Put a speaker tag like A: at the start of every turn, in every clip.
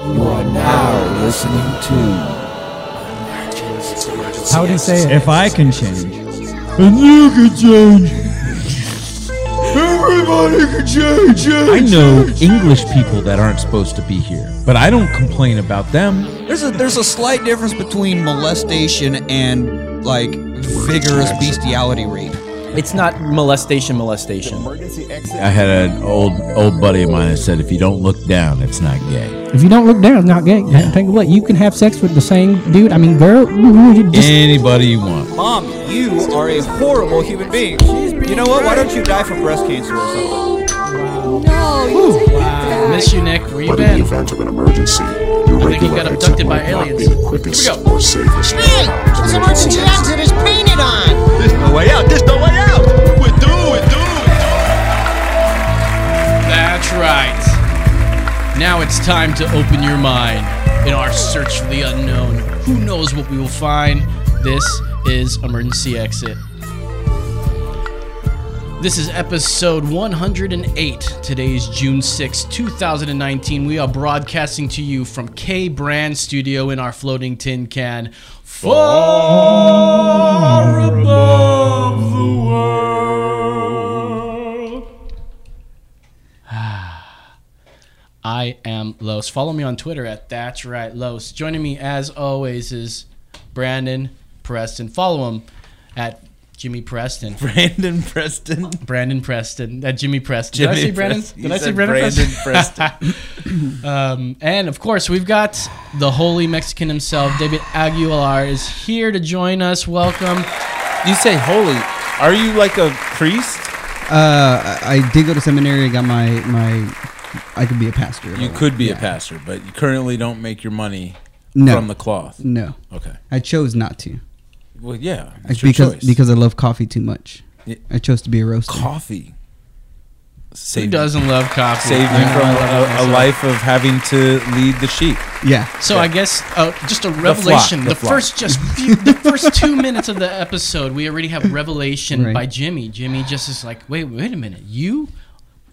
A: You are now listening to.
B: How would he say it?
C: If I can change,
B: And you can change. Everybody can change.
D: I know English people that aren't supposed to be here, but I don't complain about them.
E: There's a there's a slight difference between molestation and like vigorous bestiality rape.
F: It's not molestation, molestation.
A: I had an old old buddy of mine that said, if you don't look down, it's not gay.
G: If you don't look down, it's not gay. Take a look. You can have sex with the same dude. I mean, girl. you Just,
D: Anybody you want.
E: Mom, you are a horrible human being. You know what? Why don't you die from breast cancer or something?
H: No, you take that back.
I: Miss you, Nick. Where you
J: But in the
I: been?
J: event of an emergency, your
I: I think he
J: regular
I: got
J: exit
I: abducted by
J: might not be
I: aliens.
J: the quickest
I: Here we go.
J: or safest. Hey,
E: There's no way out. There's no way out. We do. We do.
I: That's right. Now it's time to open your mind in our search for the unknown. Who knows what we will find? This is Emergency Exit. This is episode 108. Today is June 6, 2019. We are broadcasting to you from K Brand Studio in our floating tin can. Far above the world. Ah, I am Los. Follow me on Twitter at That's Right Los. Joining me as always is Brandon Preston. Follow him at Jimmy Preston.
C: Brandon Preston.
I: Brandon Preston. At Jimmy Preston. Did I
C: Jimmy
I: see Brandon?
C: Preston.
I: Did
C: You
I: I see
C: said
I: Brandon,
C: Brandon
I: um, and of course, we've got the holy Mexican himself, David Aguilar, is here to join us. Welcome.
D: You say holy. Are you like a priest?
K: Uh, I I did go to seminary. I got my my. I could be a pastor.
D: You
K: but-
D: could be a
K: yeah.
D: pastor, but you currently don't make your money
K: No.
D: from the cloth.
K: No,
D: Okay.
K: I chose not to
D: Well, yeah.
K: I,
D: It's your
K: because
D: choice.
K: because I love coffee too much.
D: Yeah.
K: I chose to be a roaster.
D: coffee. Save
I: Who doesn't love coffee?
D: Save
I: I
D: you
I: know
D: from
I: I love it
D: a, a
I: myself.
D: life of having to lead the sheep.
K: Yeah,
I: So I guess uh, just a revelation.
D: the
I: The,
D: flock.
I: first just few, the first two minutes of the episode, we already have revelation
K: Right.
I: by Jimmy. Jimmy just is like, wait, wait a minute, you.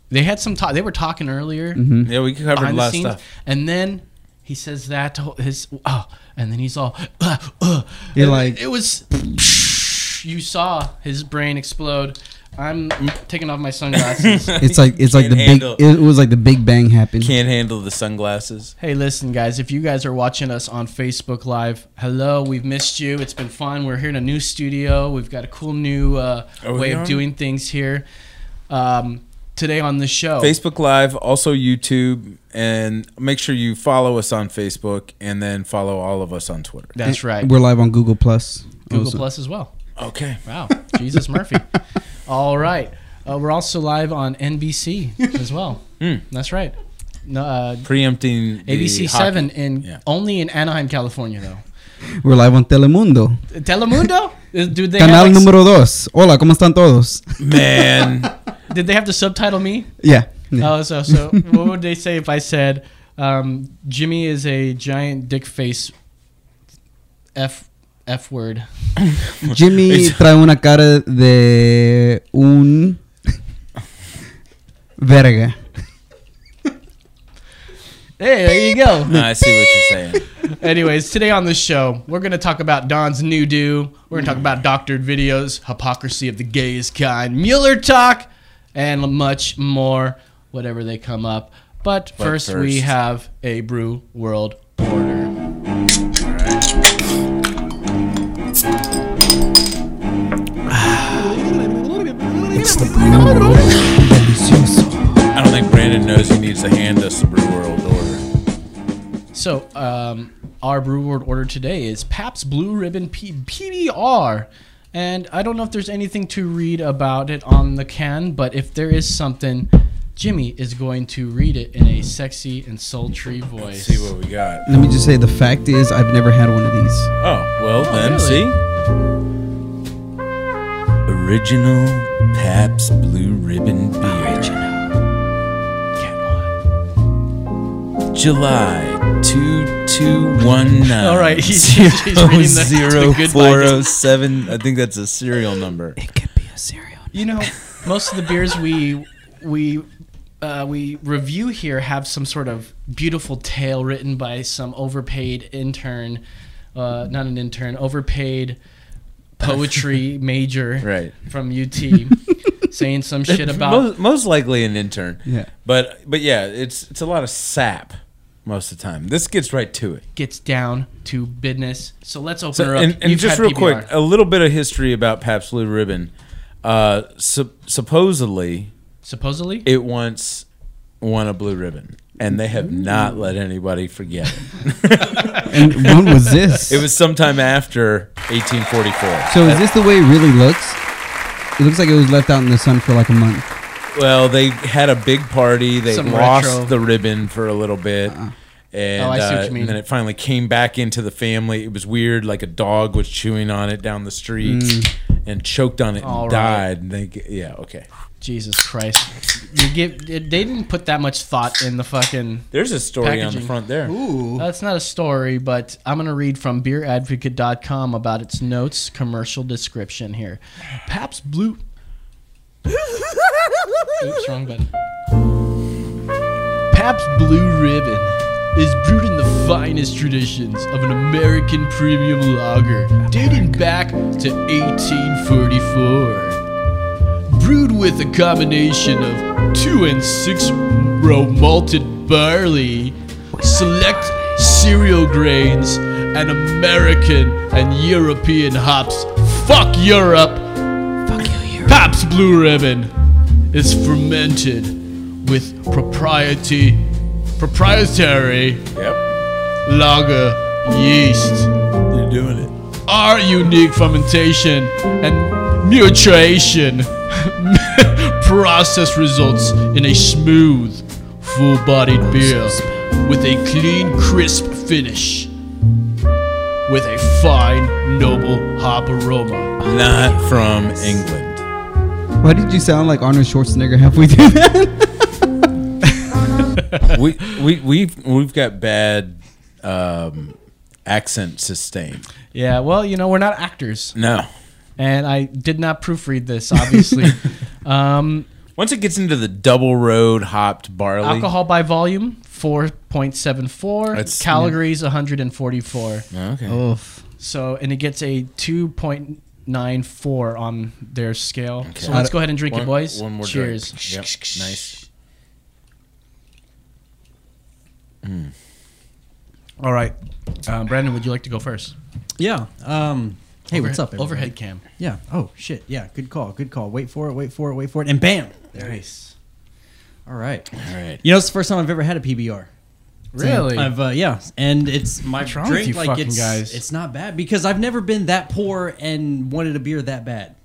I: They had some talk. They were talking earlier
D: Yeah, we covered a
I: behind
D: lot
I: the
D: of
I: scenes,
D: stuff.
I: and then he says that to his oh, and then he's all, uh, uh.
K: You're
I: And
K: like-
I: it was. You saw his brain explode. I'm taking off my sunglasses.
K: it's like it's like the
D: Can't handle-
K: big. It was like the Big Bang happened.
D: Can't handle the sunglasses.
I: Hey, listen, guys, if you guys are watching us on Facebook Live, hello, we've missed you. It's been fun. We're here in a new studio. We've got a cool new uh,
D: Are Oh, we
I: way
D: on?
I: of doing things here. Um, today on the show,
D: Oh. Facebook Live, also YouTube, and make sure you follow us on Facebook and then follow all of us on Twitter.
I: that's right,
K: We're live on Google Plus.
I: Google
K: also.
I: Plus as well.
D: Okay.
I: Wow, Jesus Murphy. All right, uh, we're also live on NBC as well. That's right. No, uh,
D: Preempting the hockey.
I: ABC Seven in
D: Yeah.
I: only in Anaheim, California, though.
K: We're live on Telemundo.
I: Telemundo? Do they have,
K: Canal
I: like,
K: número dos. Hola, cómo están todos?
D: Man,
I: Did they have to subtitle me?
K: yeah. yeah.
I: Oh, so so what would they say if I said um, Jimmy is a giant dick face f f word?
K: Jimmy trae una cara de un verga.
I: Hey, there you go.
D: I see what you're saying.
I: Anyways, today on the show we're gonna talk about Don's new do. We're gonna talk about doctored videos, hypocrisy of the gayest kind, Mueller talk, and much more. Whatever they come up. But, first, we
D: first-
I: have a brew world order.
D: I don't think Brandon knows he needs to hand us the Brew World order.
I: So, um, our brew world order today is Pabst Blue Ribbon P- PBR. And I don't know if there's anything to read about it on the can, but if there is something, Jimmy is going to read it in a sexy and sultry voice.
D: See what we got.
K: Let me just say the fact is I've never had one of these.
D: Oh, well then,
I: really?
D: see? Original Pabst Blue Ribbon Beer.
I: Get one.
D: July two two one nine.
I: All right, he's- he's reading the- the Good
D: Um, four oh seven. I think that's a serial number.
I: You know,
D: oh.
I: most of the beers we we uh, we review here have some sort of beautiful tale written by some overpaid intern, uh, not an intern, overpaid poetry major
D: Right.
I: from UT, saying some shit about.
D: most, most likely an intern.
I: Yeah.
D: But but yeah, it's it's a lot of sap most of the time. This gets right to it.
I: Gets down to business. So let's open
D: So,
I: her up.
D: and and
I: You've
D: just
I: had
D: real
I: PBR.
D: quick, a little bit of history about Pabst Blue Ribbon. Uh, sup- supposedly,
I: supposedly,
D: it once won a blue ribbon, and they have not let anybody forget. it.
K: And when was this?
D: It was sometime after 1844.
K: So is this the way it really looks? It looks like it was left out in the sun for like a month.
D: Well, they had a big party. They
I: Some
D: lost
I: retro-
D: the ribbon for a little bit. And,
I: Oh, I see what
D: uh,
I: you mean.
D: and then it finally came back into the family. It was weird. Like a dog was chewing on it down the street
I: Mm.
D: and choked on it
I: All
D: and
I: right.
D: died. And they, g- yeah, okay.
I: Jesus Christ, you give they didn't put that much thought in the fucking.
D: There's a story on the
I: packaging.
D: front there.
I: Ooh. That's not a story, but I'm going to read from beeradvocate.com about its notes commercial description here. Pabst Blue. Oops, wrong button. Pabst Blue Ribbon is brewed in the finest traditions of an American premium lager dating back to 1844 brewed with a combination of two and six row malted barley, select cereal grains, and American and European hops. Fuck Europe! Pabst Blue Ribbon is fermented with propriety, proprietary lager yeast.
D: You're doing it.
I: Our unique fermentation and maturation process results in a smooth, full bodied beer with a clean, crisp finish. With a fine, noble hop aroma.
D: Not from England.
K: Why did you sound like Arnold Schwarzenegger halfway through that?
D: we we we've we've got bad um, accent sustain.
I: Yeah, well, you know, we're not actors.
D: No.
I: And I did not proofread this, obviously. um,
D: Once it gets into the double road hopped barley,
I: alcohol by volume, 4.74.
D: That's-
I: calories, 144.
D: Okay.
K: Oof.
I: So, and it gets a 2.94 on their scale. So
D: Okay.
I: let's go ahead and drink
D: One-
I: it, boys.
D: One more
I: Cheers.
D: Drink. Yep. Nice.
I: All right. Um, Brandon, would you like to go first?
L: Yeah. Um, hey,
I: Overhead-
L: what's up? everybody?
I: overhead cam.
L: Yeah. Oh shit. Yeah. Good call. Good call. Wait for it. Wait for it. Wait for it. And bam. There it is. All right. All
D: right.
L: You know, it's the first time I've ever had a PBR. So
I: Really?
L: I've uh, yeah, and it's my
I: What's wrong with
L: drink.
I: you
L: like
I: fucking
L: it's
I: guys?
L: it's not bad because I've never been that poor and wanted a beer that bad.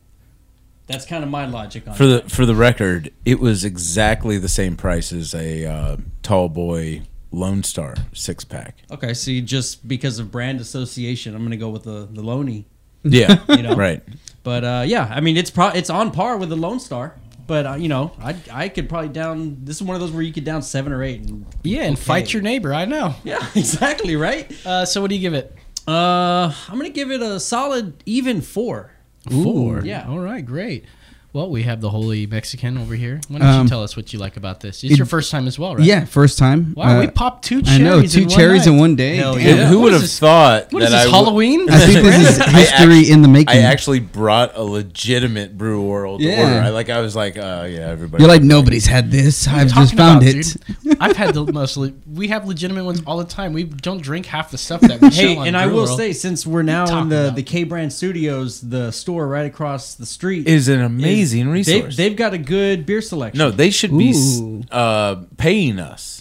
L: That's kind of my logic on
D: For
L: it.
D: the for the record, it was exactly the same price as a uh, tall boy Lone Star six pack.
L: Okay, so you just because of brand association, I'm gonna go with the the Loney.
D: Yeah, right.
L: But uh, yeah, I mean it's pro- it's on par with the Lone Star. But uh, you know, I I could probably down. This is one of those where you could down seven or eight. And
I: yeah, and fight your neighbor. I know.
L: Yeah, exactly right.
I: Uh, so what do you give it?
L: Uh, I'm gonna give it a solid even four.
I: Four.
L: Yeah.
I: All right, great. Well, we have the holy Mexican over here. Why don't
K: Um,
I: you tell us what you like about this? It's your
K: it-
I: first time as well, right?
K: Yeah, first time.
I: Wow,
K: Uh,
I: we popped two
K: I
I: cherries.
K: know, two
I: in one
K: cherries in
I: night.
K: one day. Damn.
D: yeah. Who
I: What
D: would
I: is
D: have
I: this-
D: thought
I: What is
D: that
I: this,
D: I w-
I: Halloween?
K: I think this is history in the making.
D: I actually brought a legitimate brew world
K: Yeah.
D: order. I like I was like, uh, yeah, everybody.
K: You're like nobody's had this. I've just
I: talking
K: found
I: about,
K: it.
I: dude? I've had the most. le- We have legitimate ones all the time. We don't drink half the stuff that we
L: Hey,
I: sell on
L: and I
I: Brew
L: will
I: World.
L: say, since we're now in
I: Talking
L: the,
I: about-
L: the K Brand Studios, the store right across the street
D: Is an amazing resource.
L: They, have got a good beer selection.
D: No, they should be s- uh, paying us.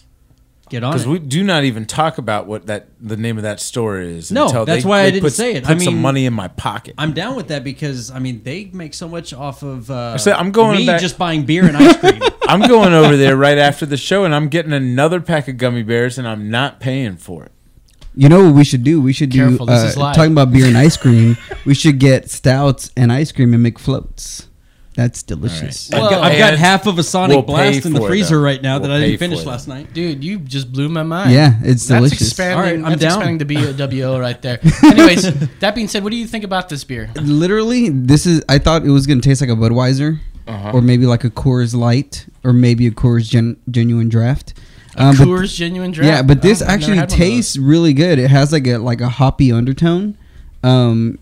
L: Get on
D: Because
L: it.
D: we do not even talk about what that the name of that store is.
L: No,
D: until
L: that's
D: they-
L: why I
D: they
L: didn't
D: put,
L: say it.
D: Put
L: I mean-
D: some money in my pocket.
L: I'm down with that because I mean they make so much off of. Uh,
D: I said I'm going
L: me
D: back-
L: just buying beer and ice cream.
D: I'm going over there right after the show, and I'm getting another pack of gummy bears, and I'm not paying for it.
K: You know what we should do? We should
D: Careful,
K: do
D: this is
K: uh,
D: live.
K: talking about beer and ice cream. we should get stouts and ice cream and make floats. That's delicious.
L: I've got- I've got half of a Sonic Blast in the freezer right now that I didn't finish last night.
I: Dude, you just blew my mind.
K: Yeah, it's
I: that's
K: delicious.
I: Expanding,
L: All right, I'm
I: that's
L: down.
I: expanding to be a WO right there. Anyways, that being said, what do you think about this beer?
K: Literally, this is. I thought it was gonna taste like a Budweiser,
I: Uh-huh.
K: or maybe like a Coors Light, or maybe a Coors Gen- Genuine Draft.
I: A
K: Um, but-
I: Coors Genuine Draft?
K: Yeah, but this
I: Oh, I've never
K: actually
I: had one of those.
K: tastes really good. It has like a like a hoppy undertone. Um,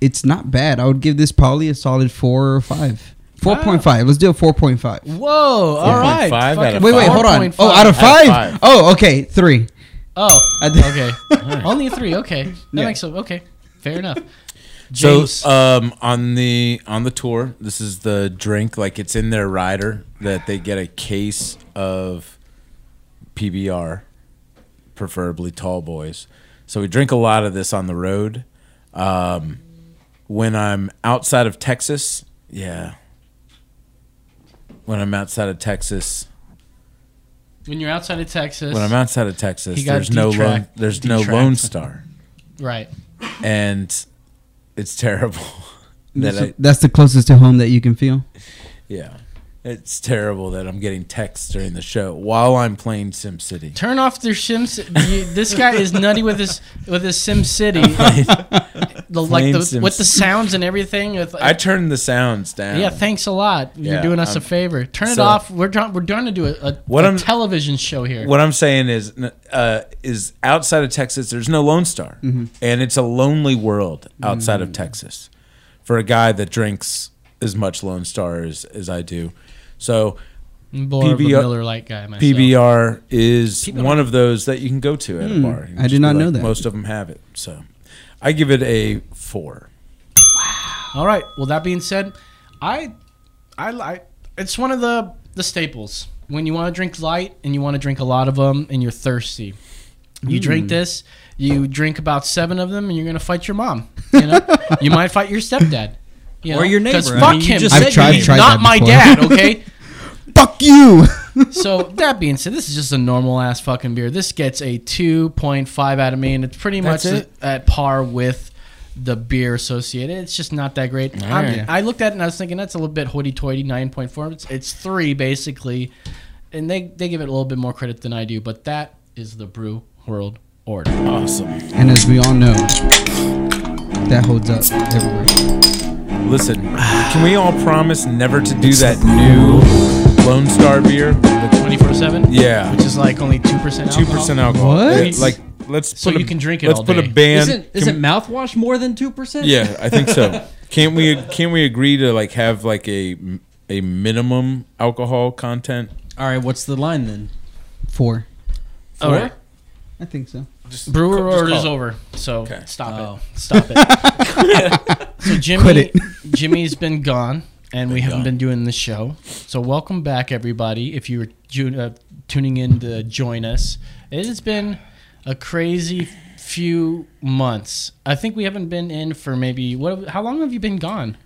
K: it's not bad. I would give this probably a solid four or five. Four point five. Let's do a four point five.
I: Whoa! uh, All right.
D: out
I: fucking
D: of
K: Wait, wait,
I: four
K: hold on.
I: point
K: Oh, out of
I: five.
K: five. Oh, okay, three.
I: Oh,
K: I did-
I: okay. Only three. Okay, that
K: Yeah.
I: makes sense. Okay, fair enough.
D: So
I: James,
D: um, on the on the tour, this is the drink like it's in their rider that they get a case of PBR, preferably tall boys. So we drink a lot of this on the road. Um, when I'm outside of Texas, yeah. When I'm outside of Texas,
I: when you're outside of Texas,
D: when I'm outside of Texas,
I: He got
D: there's no lone,
I: detract-
D: there's no
I: detract.
D: Lone Star,
I: right?
D: and it's terrible. that
K: That's,
D: I-
K: that's the closest to home that you can feel.
D: Yeah. It's terrible that I'm getting texts during the show while I'm playing SimCity.
I: Turn off their shims. You, this guy is nutty with his with his Sim City, the, like
D: Plain
I: the,
D: Sim
I: with the
D: City.
I: sounds and everything. With,
D: I turned the sounds down.
I: yeah, thanks a lot. You're
D: Yeah,
I: doing
D: I'm-
I: us a favor. Turn it
D: so-
I: off. We're trying. We're trying to do a, a,
D: What
I: a
D: I'm-
I: television show here.
D: What I'm saying is, uh, is outside of Texas, there's no Lone Star,
K: Mm-hmm.
I: Mhm.
D: and it's a lonely world outside of
I: Mm.
D: Texas for a guy that drinks as much Lone Star as, as I do. So,
I: More of a Miller Lite guy myself.
D: PBR is
I: PBR.
D: one of those that you can go to at
K: Hmm,
D: a bar. You can
K: I
D: just
K: did
D: be
K: not know that.
D: Most of them have it. So, I give it a four.
I: All right. Well, that being said, I, I like it's one of the the staples when you want to drink light and you want to drink a lot of them and you're thirsty. You drink
F: Mm.
I: this. You drink about seven of them, and you're gonna fight your mom. You know, you might fight your stepdad, you
L: Or
I: know,
L: your neighbor.
I: 'cause
L: I
I: Fuck
L: mean, you
I: him.
L: just I've said tried- your I've tried
I: not
L: that
I: my
L: before.
I: dad. Okay.
K: Fuck you.
I: so that being said, this is just a normal ass fucking beer. This gets a two point five out of me, and it's pretty
F: That's
I: much
F: it?
I: at par with the beer associated. It's just not that great.
F: All
I: I'm-
F: right.
I: I looked at it and I was thinking that's a little bit hoity-toity, nine point four. It's, it's three basically, and they they give it a little bit more credit than I do. But that is the brew world order.
D: Awesome.
K: And as we all know, that holds up everywhere.
D: Listen, can we all promise never to do that new Lone Star beer? The
I: 24/7.
D: Yeah,
I: which is like only two percent.
D: two percent alcohol. Yeah, Like, let's
I: so
D: put a-
I: you can drink it.
D: Let's
I: all
D: put
I: day.
D: a ban.
L: Isn't, is it
D: can-
L: mouthwash more than two percent?
D: yeah, I think so. Can't we? Can we agree to like have like a a minimum alcohol content?
L: All right, what's the line then?
K: Four.
I: All right.
K: I think so.
I: Brewer
L: just
I: order
L: call
I: is
L: it.
I: over, so stop
L: Oh.
I: it. Stop it. so Jimmy,
K: Quit it.
I: Jimmy's been gone, and we haven't been doing the show. So welcome back, everybody. If you were ju- uh, tuning in to join us, it has been a crazy few months. I think we haven't been in for maybe what? How long have you been gone?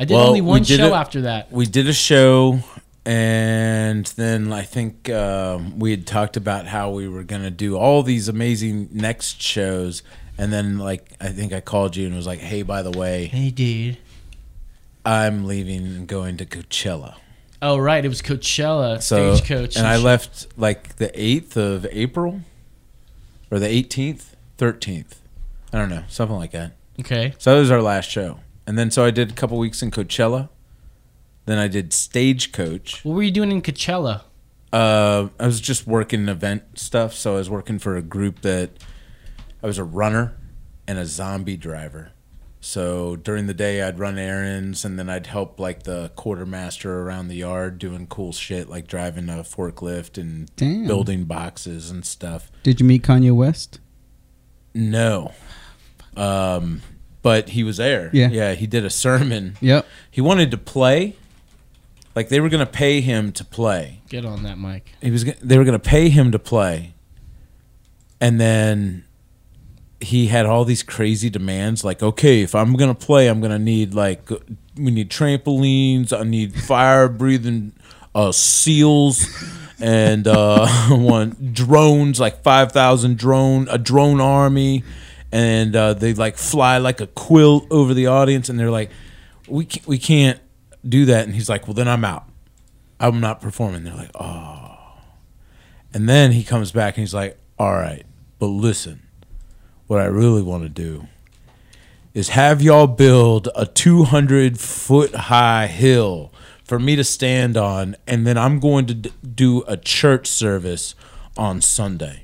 I: I did only
D: we
I: one
D: did
I: show
D: a-
I: after that.
D: We did a show, and then I think um, we had talked about how we were going to do all these amazing next shows. And then, like, I think I called you and was like, hey, by the way.
I: Hey, dude.
D: I'm leaving and going to Coachella.
I: Oh right, it was Coachella,
D: So,
I: stagecoach,
D: and I
I: shit.
D: left like the 8th of April or the 18th, 13th. I don't know, something like that.
I: Okay.
D: So that was our last show. And then, so I did a couple weeks in Coachella. Then I did Stagecoach.
I: What were you doing in Coachella?
D: Uh, I was just working event stuff, so I was working for a group that I was a runner and a zombie driver. So during the day, I'd run errands, and then I'd help like the quartermaster around the yard doing cool shit, like driving a forklift and
K: Damn.
D: building boxes and stuff.
K: Did you meet Kanye West?
D: No, um, but he was there.
K: Yeah.
D: yeah, he did a sermon.
K: Yep.
D: he wanted to play. Like they were gonna pay him to play
I: Get on that mic.
D: he was g- they were going to pay him to play and then he had all these crazy demands like okay if i'm going to play i'm going to need like we need trampolines i need fire breathing uh seals and uh I want drones like 5000 drone a drone army and uh, they like fly like a quilt over the audience and they're like we can't, we can't do that. And he's like, well, then I'm out. I'm not performing. They're like, oh. And then he comes back and he's like, all right, but listen, what I really want to do is have y'all build a 200 foot high hill for me to stand on. And then I'm going to d- do a church service on Sunday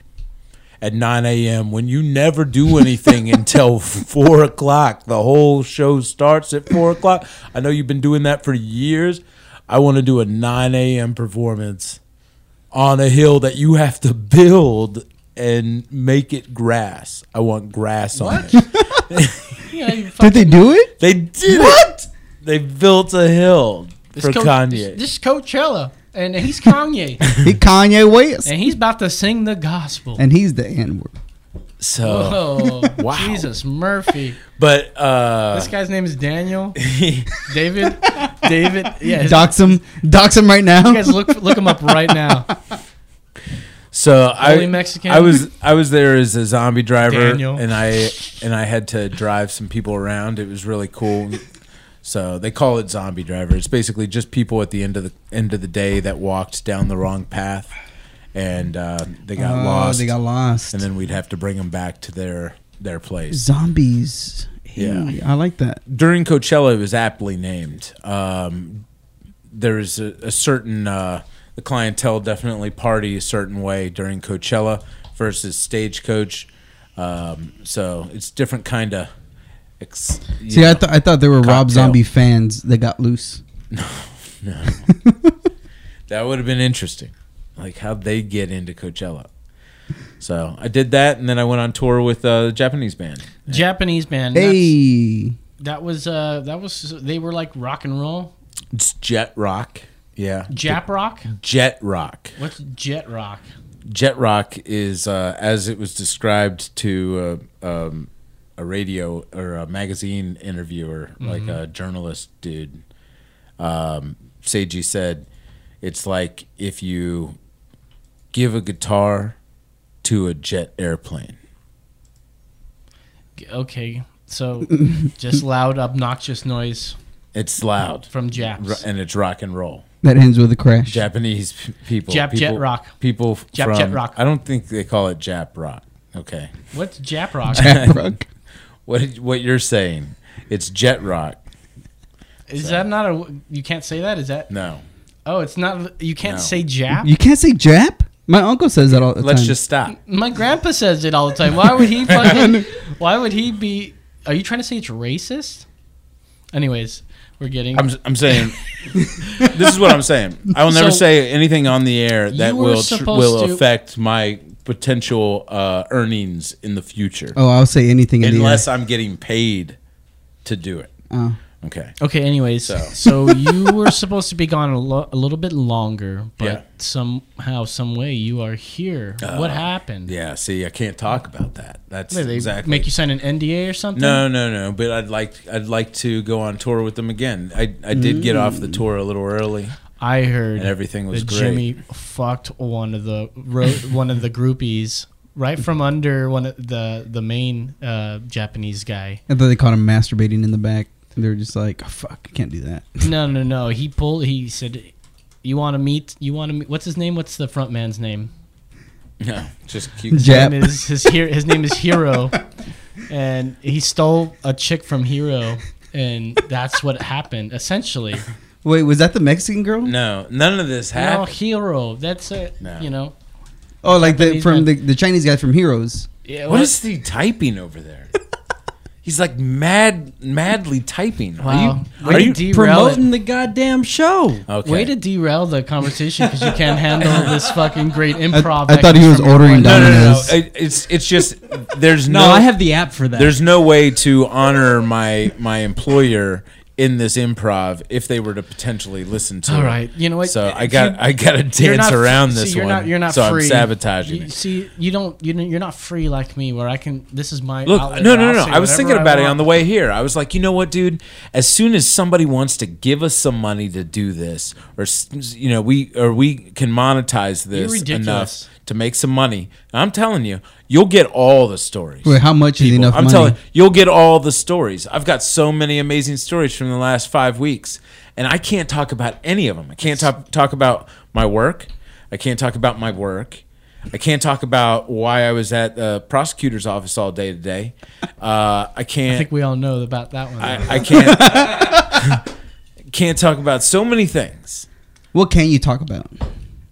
D: at 9 a.m. when you never do anything until 4 o'clock. The whole show starts at 4 o'clock. I know you've been doing that for years. I want to do a 9 a.m. performance on a hill that you have to build and make it grass. I want grass on it.
I: Yeah, you
K: Did they do it?
D: They did
I: What?
D: it. They built a hill for
I: Co-
D: Kanye.
I: This is Coachella, and he's Kanye,
K: He Kanye West,
I: and he's about to sing the gospel.
K: and he's the N word.
D: so,
I: Whoa, Jesus Murphy.
D: but uh,
I: this guy's name is Daniel. David. David. Yeah. his-
K: dox him, dox him right now.
I: You guys look look him up right now.
D: So I,
I: Only Mexican?
D: I was I was there as a zombie driver,
I: Daniel.
D: and I and I had to drive some people around. It was really cool. So they call it zombie driver. It's basically just people at the end of the end of the day that walked down the wrong path, and uh, they got
K: Oh,
D: lost.
K: they got lost.
D: and then we'd have to bring them back to their their place.
K: Zombies.
D: Yeah.
K: Hey, I like that.
D: during Coachella, it was aptly named. Um, there is a, a certain uh, the clientele definitely party a certain way during Coachella versus Stagecoach. Um, so it's different kind of. Ex- you
K: See, I
D: know,
K: thought I thought there were Rob
D: cocktail.
K: Zombie fans that got loose.
D: No, that would have been interesting. Like how they get into Coachella. So I did that, and then I went on tour with uh, a Japanese band.
I: Japanese man. That's-
K: Hey,
I: That was uh that was they were like rock and roll.
D: It's Jet Rock. Yeah,
I: Jap rock?
D: Jet Rock.
I: What's jet rock?
D: Jet rock is, uh, as it was described to uh, um, a radio or a magazine interviewer, like
I: Mm-hmm.
D: a journalist dude. Um, Seiji said, "It's like if you give a guitar to a jet airplane."
I: Okay. So just loud obnoxious noise
D: It's loud
I: from Japs.
K: eh.
D: Ro- and it's rock and roll.
K: that ends with a crash.
D: Japanese p- people,
I: Jap
D: people,
I: jet rock.
D: people f-
I: Jap
D: from,
I: jet rock.
D: I don't think they call it Jap rock. Okay,
I: What's Jap rock?
K: Japrock.
D: what what you're saying? It's jet rock.
I: Is that not a you can't say that? Is that
D: No.
I: Oh, it's not you can't
D: No.
I: say Jap?
K: you can't say Jap. My uncle says that all the
D: Let's
K: time.
D: just stop.
K: Mm-hmm.
I: My grandpa says it all the time. Why would he fucking why would he be Are you trying to say it's racist? Anyways, we're getting
D: I'm, I'm saying this is what I'm saying. I will never
I: So-
D: say anything on the air that
I: You were
D: will tr-
I: supposed
D: will
I: to-
D: affect my potential uh, earnings in the future,
K: Oh, I'll say anything in
D: unless I'm getting paid to do it.
K: the air. Oh.
D: Okay.
I: Okay. Anyways, so,
D: So.
I: you were supposed to be gone a, lo- a little bit longer, but
D: Yeah. Uh,
I: somehow, some way, you are here. what happened?
D: Yeah. See, I can't talk about that. That's
I: Wait, they
D: exactly.
I: make you sign an NDA or something?
D: no, no, no. But I'd like I'd like to go on tour with them again. I I did get off
K: Mm.
D: the tour a little early.
I: I heard
D: And everything was
I: that
D: great.
I: Jimmy fucked one of the ro- one of the groupies right from under one of the the main uh, Japanese guy.
K: I thought they caught him masturbating in the back. They were just like, oh, "Fuck, I can't do that."
I: No, no, no. He pulled. He said, "You want to meet? You want to meet? What's his name? What's the front man's name?"
D: No, just keep.
K: Jap.
I: name is his hero. His name is Hero, and he stole a chick from Hero, and that's what happened essentially.
K: Wait, was that the Mexican girl?
D: No, none of this
I: No
D: happened.
I: Hero. That's it.
D: No.
I: You know.
K: Oh, like the
I: Japanese
K: from
I: man.
K: the, the Chinese guy from Heroes.
I: Yeah,
D: What
I: well,
D: is he typing over there? He's like mad, madly typing.
I: Wow.
D: Are you, are
I: Way
D: you
I: to derail it.
L: Promoting the goddamn show.
D: okay?
I: Way to derail the conversation because you can't handle this fucking great improv.
K: I
I: that
K: thought he
I: comes
K: was
I: from your
K: ordering
I: boy.
D: no, no, no, no.
K: Dominoes.
D: It- It's it's just there's no.
L: No, I have the app for that.
D: There's no way to honor my my employer in this improv if they were to potentially listen to.
I: All
D: it.
I: right, you know what?
D: So I
I: If
D: got
I: you-
D: I got to
I: You're
D: dance
I: not-
D: around
I: see,
D: this
I: you're
D: one.
I: Not, you're not
D: so
I: free.
D: I'm sabotaging
I: You,
D: it.
I: See, you don't. You know, you're not free like me, where I can. This is my
D: Look,
I: outlet,
D: no,
I: where
D: no,
I: I'll
D: no.
I: say
D: I was
I: whatever
D: thinking
I: I
D: about it
I: want.
D: on the way here. I was like, you know what, dude? As soon as somebody wants to give us some money to do this, or s- you know, we or we can monetize this
I: ridiculous.
D: enough to make some money. And I'm telling you, you'll get all the stories.
K: Wait, how much is enough
D: I'm
K: money?
D: telling you'll get all the stories. I've got so many amazing stories from the last five weeks, and I can't talk about any of them. I can't talk talk about my work. I can't talk about my work. I can't talk about why I was at the prosecutor's office all day today. Uh, I
I: I
D: can't.
I: think we all know about that one.
D: I, I can't. can't talk about so many things.
K: What can you talk about?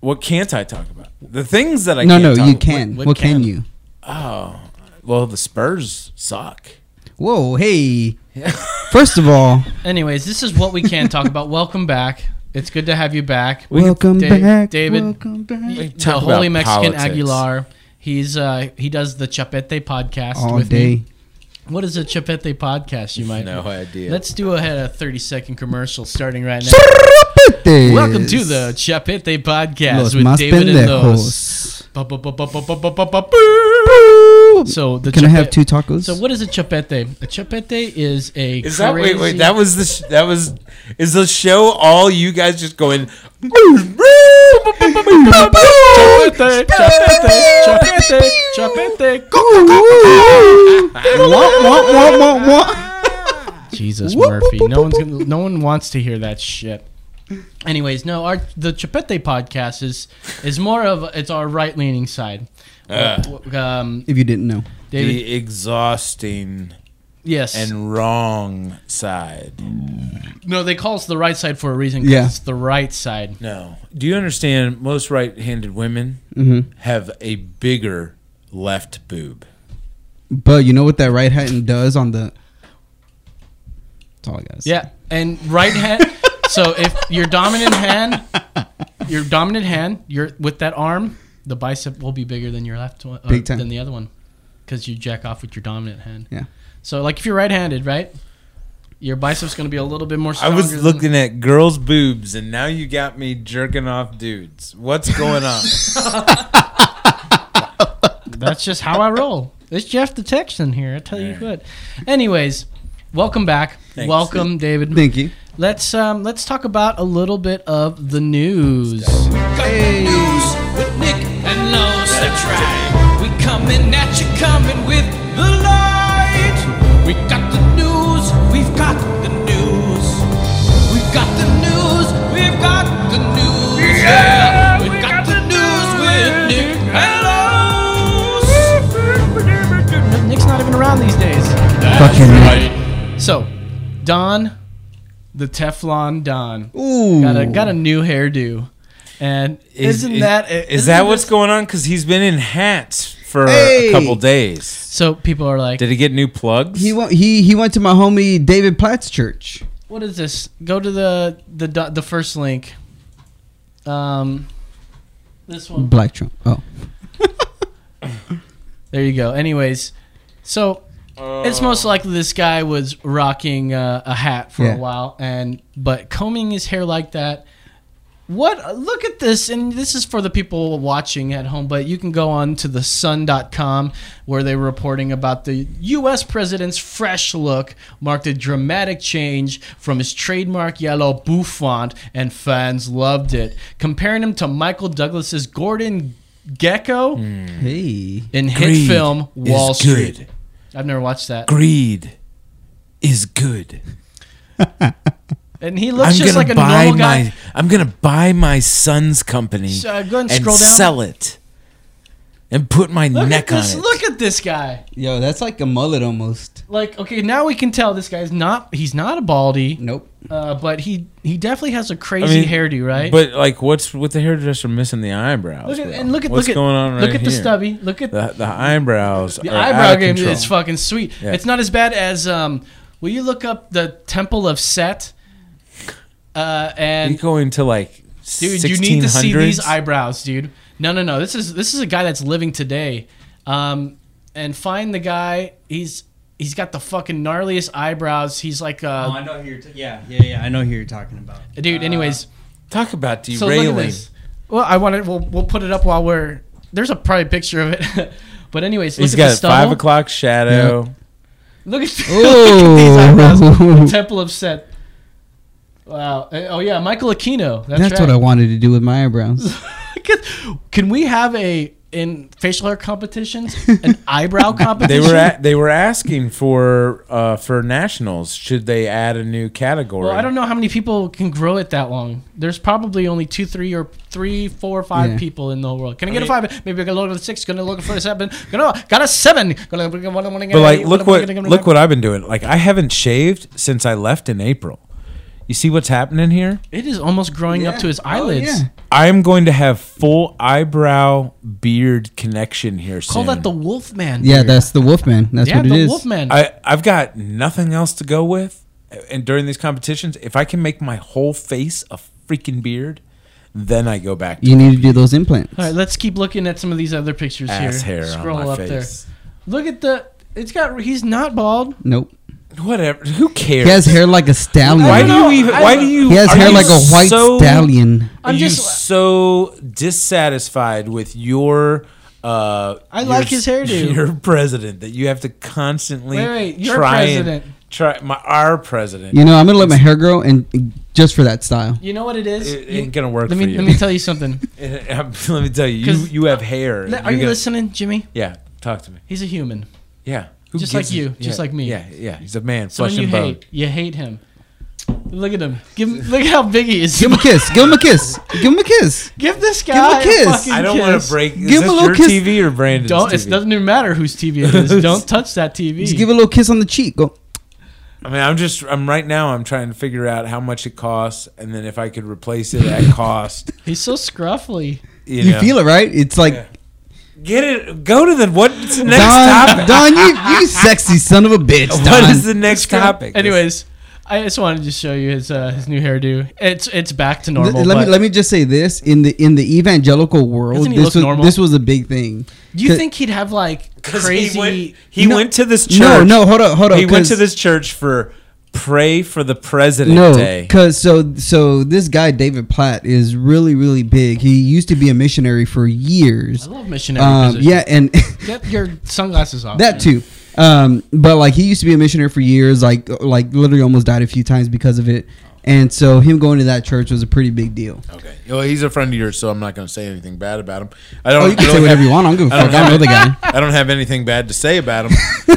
D: What can't I talk about? The things that I
K: no,
D: can't
K: no,
D: talk
K: you
D: about-
K: can. What, can, you?
D: Oh, well, the Spurs suck.
K: Whoa, hey. First of all,
I: Anyways, this is what we can talk about. Welcome back. It's good to have you back.
K: Welcome back,
I: David.
K: welcome back.
I: y- The
D: Talk
I: Holy
D: about
I: Mexican
D: politics.
I: Aguilar. He's uh, he does the Chapete podcast
K: All
I: with
K: day.
I: me. What is a Chapete podcast? You might
D: No idea.
I: Let's do ahead a thirty second commercial starting right now. Welcome to the Chapete podcast
K: Los
I: with
K: más
I: David and
K: pendejos.
I: Los. Ba- ba- ba- ba- ba- ba- ba- ba- ba- boo. So the
K: Can I have
I: chape-
K: two tacos?
I: So what is a chapete? A chapete is a
D: Is that wait
I: crazy-
D: wait that was the sh- that was is the show all you guys just going
I: Chapete, chapete, chapete, Jesus Murphy. No one's gonna, no one wants to hear that shit. Anyways, no, our the Chapete podcast is is more of it's our right leaning side.
D: Uh.
I: um,
K: if you didn't know,
I: David,
D: the exhausting
I: Yes.
D: and wrong side.
I: no, they call us the right side for a reason. 'cause
D: Yeah.
I: it's the right side.
D: No, Do you understand most right-handed women
K: Mhm.
I: Mm-hmm.
D: have a bigger left boob?
K: but you know what that right hand does on the. That's all I got.
I: Yeah, and right hand. so if your dominant hand, your dominant hand, your with that arm, the bicep will be bigger than your left one, or
K: Big time.
I: than the other one, because you jack off with your dominant hand.
K: Yeah.
I: So like if you're right-handed, right, your bicep's going to be a little bit more.
D: I
I: Stronger
D: was
I: than-
D: looking at girls' boobs, and now you got me jerking off dudes. What's going on?
I: That's just how I roll. It's Jeff the Texan here. I tell you what. Anyways, welcome back.
K: Thanks.
I: Welcome, David.
K: Thank you.
I: Let's um, let's talk about a little bit of the news.
M: News with Nick and Los. That's right. We coming at you, coming with the light. We got the news. We've got the news. We've got the news. We've got the news. Yeah. We've got, the news with Nick and Los.
I: Nick's not even around these days.
M: That's
I: Fucking
M: right.
I: So, Don, the Teflon Don,
K: Ooh.
I: got a got a new hairdo, and isn't that
D: is
I: isn't
D: that
I: it
D: what's
I: just-
D: going on? Because he's been in hats for
K: Hey!
D: a couple days. So
I: people are like,
D: did he get new plugs?
K: He went. He he went to my homie David Platt's church.
I: What is this? Go to the the do- the first link. Um, this one.
K: Black Trump. Oh,
I: There you go. Anyways, so it's most likely this guy was rocking uh, a hat for
K: Yeah.
I: a while, and but combing his hair like that. What? Look at this, and this is for the people watching at home. But you can go on to the Sun.com where they're reporting about the U.S. president's fresh look marked a dramatic change from his trademark yellow bouffant, and fans loved it, comparing him to Michael Douglas's Gordon Gecko
K: hey.
I: in hit
D: Greed
I: film
D: is
I: Wall Street.
D: good.
I: I've never watched that.
D: Greed is good.
I: And he looks just like a normal guy.
D: my, I'm gonna buy my son's company
I: So, uh, go ahead and
D: and,
I: scroll down.
D: sell it, and put my
I: Look
D: neck
I: at
D: on
I: this!
D: it.
I: Look at this guy.
K: yo, that's like a mullet almost.
I: Like, okay, now we can tell this guy's not. He's not a baldy.
K: Nope.
I: Uh, but he he definitely has a
D: I
I: crazy
D: mean,
I: hairdo, right?
D: But like, what's with the hairdresser missing the eyebrows?
I: Look at-
D: bro?
I: and look at-
D: what's
I: look at-
D: going on
I: look
D: right
I: at the
D: here?
I: stubby. Look at-
D: the, the eyebrows.
I: the
D: are out
I: eyebrow
D: of
I: game
D: control.
I: is fucking sweet.
D: Yeah.
I: It's not as bad as um. Will you look up the Temple of Set? Uh, and
D: You go into like
I: dude you need to see these
D: 1600s?
I: eyebrows dude no no no this is this is a guy that's living today um and find the guy he's he's got the fucking gnarliest eyebrows he's like uh
L: Oh, I know who you're. T- yeah, yeah, yeah. I know who you're talking about.
I: dude anyways
D: talk about
I: so look at this. well i want to we'll, we'll put it up while we're there's a probably picture of it but anyways
D: He's
I: look at
D: got
I: the
D: a five
I: stubble.
D: o'clock shadow.
I: look at, look at these eyebrows
K: Oh.
I: the temple of set wow Uh, oh yeah michael aquino that's,
K: That's,
I: right.
K: what I wanted to do with my eyebrows.
I: Can we have a in facial hair competitions, an eyebrow
D: They
I: competition.
D: were a they were asking for uh, for nationals. Should they add a new category?
I: Well, I don't know how many people can grow it that long. There's probably only two, three, or three, four, five
D: Yeah.
I: people in the whole world. Can
D: I
I: I, get
D: mean-
I: a five? Maybe I can look at a six. Gonna look for a seven. Gonna got a seven. Gonna
D: But like, look what look what I've been doing. Like, I haven't shaved since I left in April. You see what's happening here?
I: It is almost growing up to his
D: Oh,
K: Oh,
I: eyelids.
D: I'm going to have full eyebrow beard connection here
I: Call
D: soon.
I: that the Wolfman.
K: Yeah,
I: beard.
K: that's the Wolfman. That's
I: Yeah,
K: what it
I: the
K: is.
I: Wolfman.
D: I I've got nothing else to go with, and during these competitions, if I can make my whole face a freaking beard, then I go back. To
K: You need to do those implants.
I: All right, let's keep looking at some of these other pictures
D: Ass
I: here.
D: hair on
I: Scroll
D: my
I: up
D: face.
I: there. Look at the. It's got. He's not bald.
K: Nope.
D: Whatever. Who cares?
K: He has hair like a stallion.
D: Why do you even?
I: I-
D: Why do you?
K: He has
D: are
K: hair
D: you
K: like a white stallion.
D: Are
K: I'm
D: you so dissatisfied with your? Uh,
I: I like
D: your-
I: his hairdo.
D: Your president that you have to constantly
I: Wait, wait, your
D: try and-
I: president.
D: try my our president.
K: You know, I'm gonna let my hair grow and just for that style.
I: You know what it is?
D: It
I: You-
D: ain't gonna work
I: Let me
D: for you.
I: let me tell you something.
D: let me tell you, you,
I: 'Cause-
D: you have hair.
I: Are
D: You're
I: you
D: gonna-
I: listening, Jimmy?
D: Yeah, talk to me.
I: He's a human.
D: Yeah,
I: Just
D: gives
I: like
D: a-
I: you, just
D: yeah,
I: like me.
D: Yeah, yeah, he's a man,
I: Someone
D: flesh
I: you
D: and bone.
I: hate. You hate him. Look at him. Give him. Look at how big he is.
K: Give him a kiss. Give him a kiss. Give him a kiss.
I: Give this
K: Give him
I: guy
K: a kiss.
I: fucking
D: I don't want
I: kiss.
D: to break. Is
K: Give him
D: this
K: a little
D: your
K: kiss.
D: TV or Brandon's
I: Don't. It
D: TV?
I: doesn't even matter whose TV it is. Don't touch that TV.
K: Just give a little kiss on the cheek. Go.
D: I mean, I'm just. I'm right now. I'm trying to figure out how much it costs, and then if I could replace it at cost.
I: He's so scruffly.
D: You,
K: You
D: know.
K: feel it, right? It's like
D: Get it. Go to the what's the next
K: Don,
D: topic?
K: Don, you, you sexy son of a bitch. Don.
D: What is the next topic?
I: Anyways, I just wanted to show you his uh, his new hairdo. It's it's back to
K: Th-
I: normal.
K: let me
I: but-
K: let me just say this in the in the evangelical world
I: Doesn't he
K: this
I: look
K: was
I: normal?
K: this was a big thing.
I: Do you
K: Ca-
I: think he'd have like
D: 'Cause He
I: crazy?
D: went, he
K: No,
D: went to this church.
K: no, no, hold up, hold up,
D: He went to
K: 'cause-
D: this church for pray for the president
K: no
D: day.
K: because so so this guy David Platt is really really big. He used to be a missionary for years.
I: I love missionary positions.
K: Um, yeah, and
I: Get your sunglasses off.
K: that too. Um, but like he used to be a missionary for years, like like literally almost died a few times because of it. And so him going to that church was a pretty big deal.
D: Okay. Well, he's a friend of yours, so I'm not going to say anything bad about him. I don't.
K: Oh, you can
D: I don't
K: say whatever you want. I don't give a
D: I
K: fuck. I know the guy.
D: I don't have anything bad to say about him.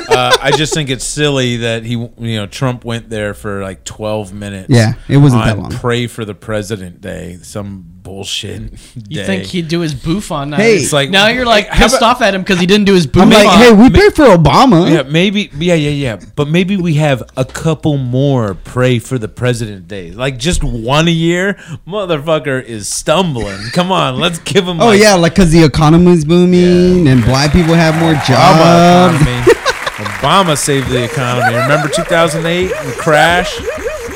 D: uh, I just think it's silly that he, you know, Trump went there for like 12 minutes.
K: Yeah, it wasn't that
D: on
K: long.
D: Pray for the president day, some bullshit.
I: You
D: day.
I: think he'd do his boof on that?
D: Hey. It's like-
I: now you're like
D: How
I: pissed
D: about-
I: off at him because he didn't do his boof.
K: I'm like,
I: on.
K: hey, we paid for Obama.
D: Yeah, maybe. Yeah, yeah, yeah. But maybe we have a couple more pray for the president days. Like just one a year, motherfucker is stumbling. Come on, let's give him.
K: Oh
D: like,
K: yeah, like because the economy's booming and black people have more
I: Um,
D: Obama
K: jobs.
D: economy. Obama saved the economy. Remember 2008, the crash.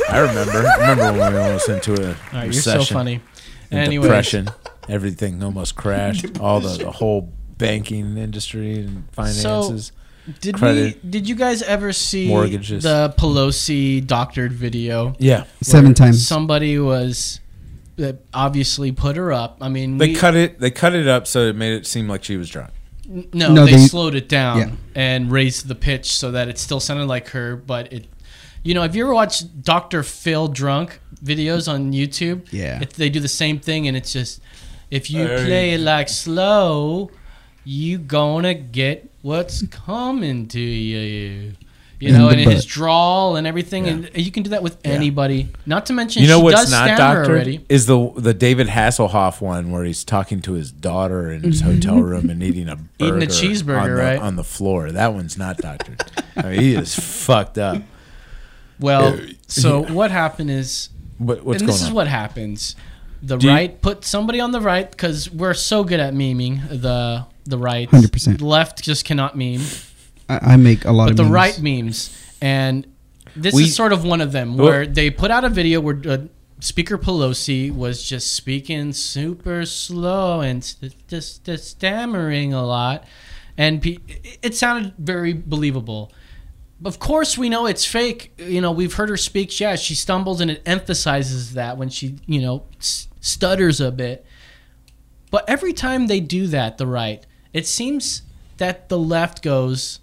D: I remember. I remember when we almost went into a
I: All right, you're so
D: recession.
I: funny.
D: and
I: Anyways.
D: depression. Everything almost crashed. All the, the whole banking industry and finances.
I: So, did
D: credit.
I: we? Did you guys ever see
D: Mortgages.
I: the Pelosi doctored video?
D: Yeah.
I: where
K: Seven times.
I: Somebody was that obviously put her up. I mean,
D: They
I: we-
D: cut it. They cut it up so it made it seem like she was drunk.
I: N- No,
K: No,
I: they,
K: they-
I: slowed it down
K: yeah.
I: and raised the pitch so that it still sounded like her, but it. You know, have you ever watched Dr. Phil drunk videos on YouTube?
K: Yeah.
I: If they do the same thing, and it's just, if you
M: Hey.
I: play it like slow, you gonna get what's coming to you. You
D: In
I: know,
D: the
I: and his
D: butt.
I: drawl and everything, and you can do that with anybody. Not to mention,
D: You know
I: she
D: what's
I: does
D: not
I: stand her already.
D: doctored is the the David Hasselhoff one where he's talking to his daughter in his hotel room and eating a burger
I: Mm-hmm. Eating
D: on
I: a cheeseburger,
D: the,
I: right?
D: on the floor. That one's not doctored. I mean, he is fucked up.
I: Well,
D: Uh,
I: so what happened is,
D: What- what's
I: and this
D: going
I: is
D: on?
I: what happens. The
D: Do you-
I: right put somebody on the right because we're so good at memeing the the right.
K: 100%.
I: The Left just cannot meme,
K: I, I make a lot
I: but
K: of
I: the
K: memes.
I: right memes, and this
K: We- Oh.
I: is sort of one of them
K: Well-
I: where they put out a video where. Uh, Speaker Pelosi was just speaking super slow and st- just, just stammering a lot, and pe- it- it sounded very believable. Of course, we know it's fake. You know, we've heard her speak. Yeah, she stumbles, and it emphasizes that when she, you know, s- stutters a bit. But every time they do that, the right, it seems that the left goes,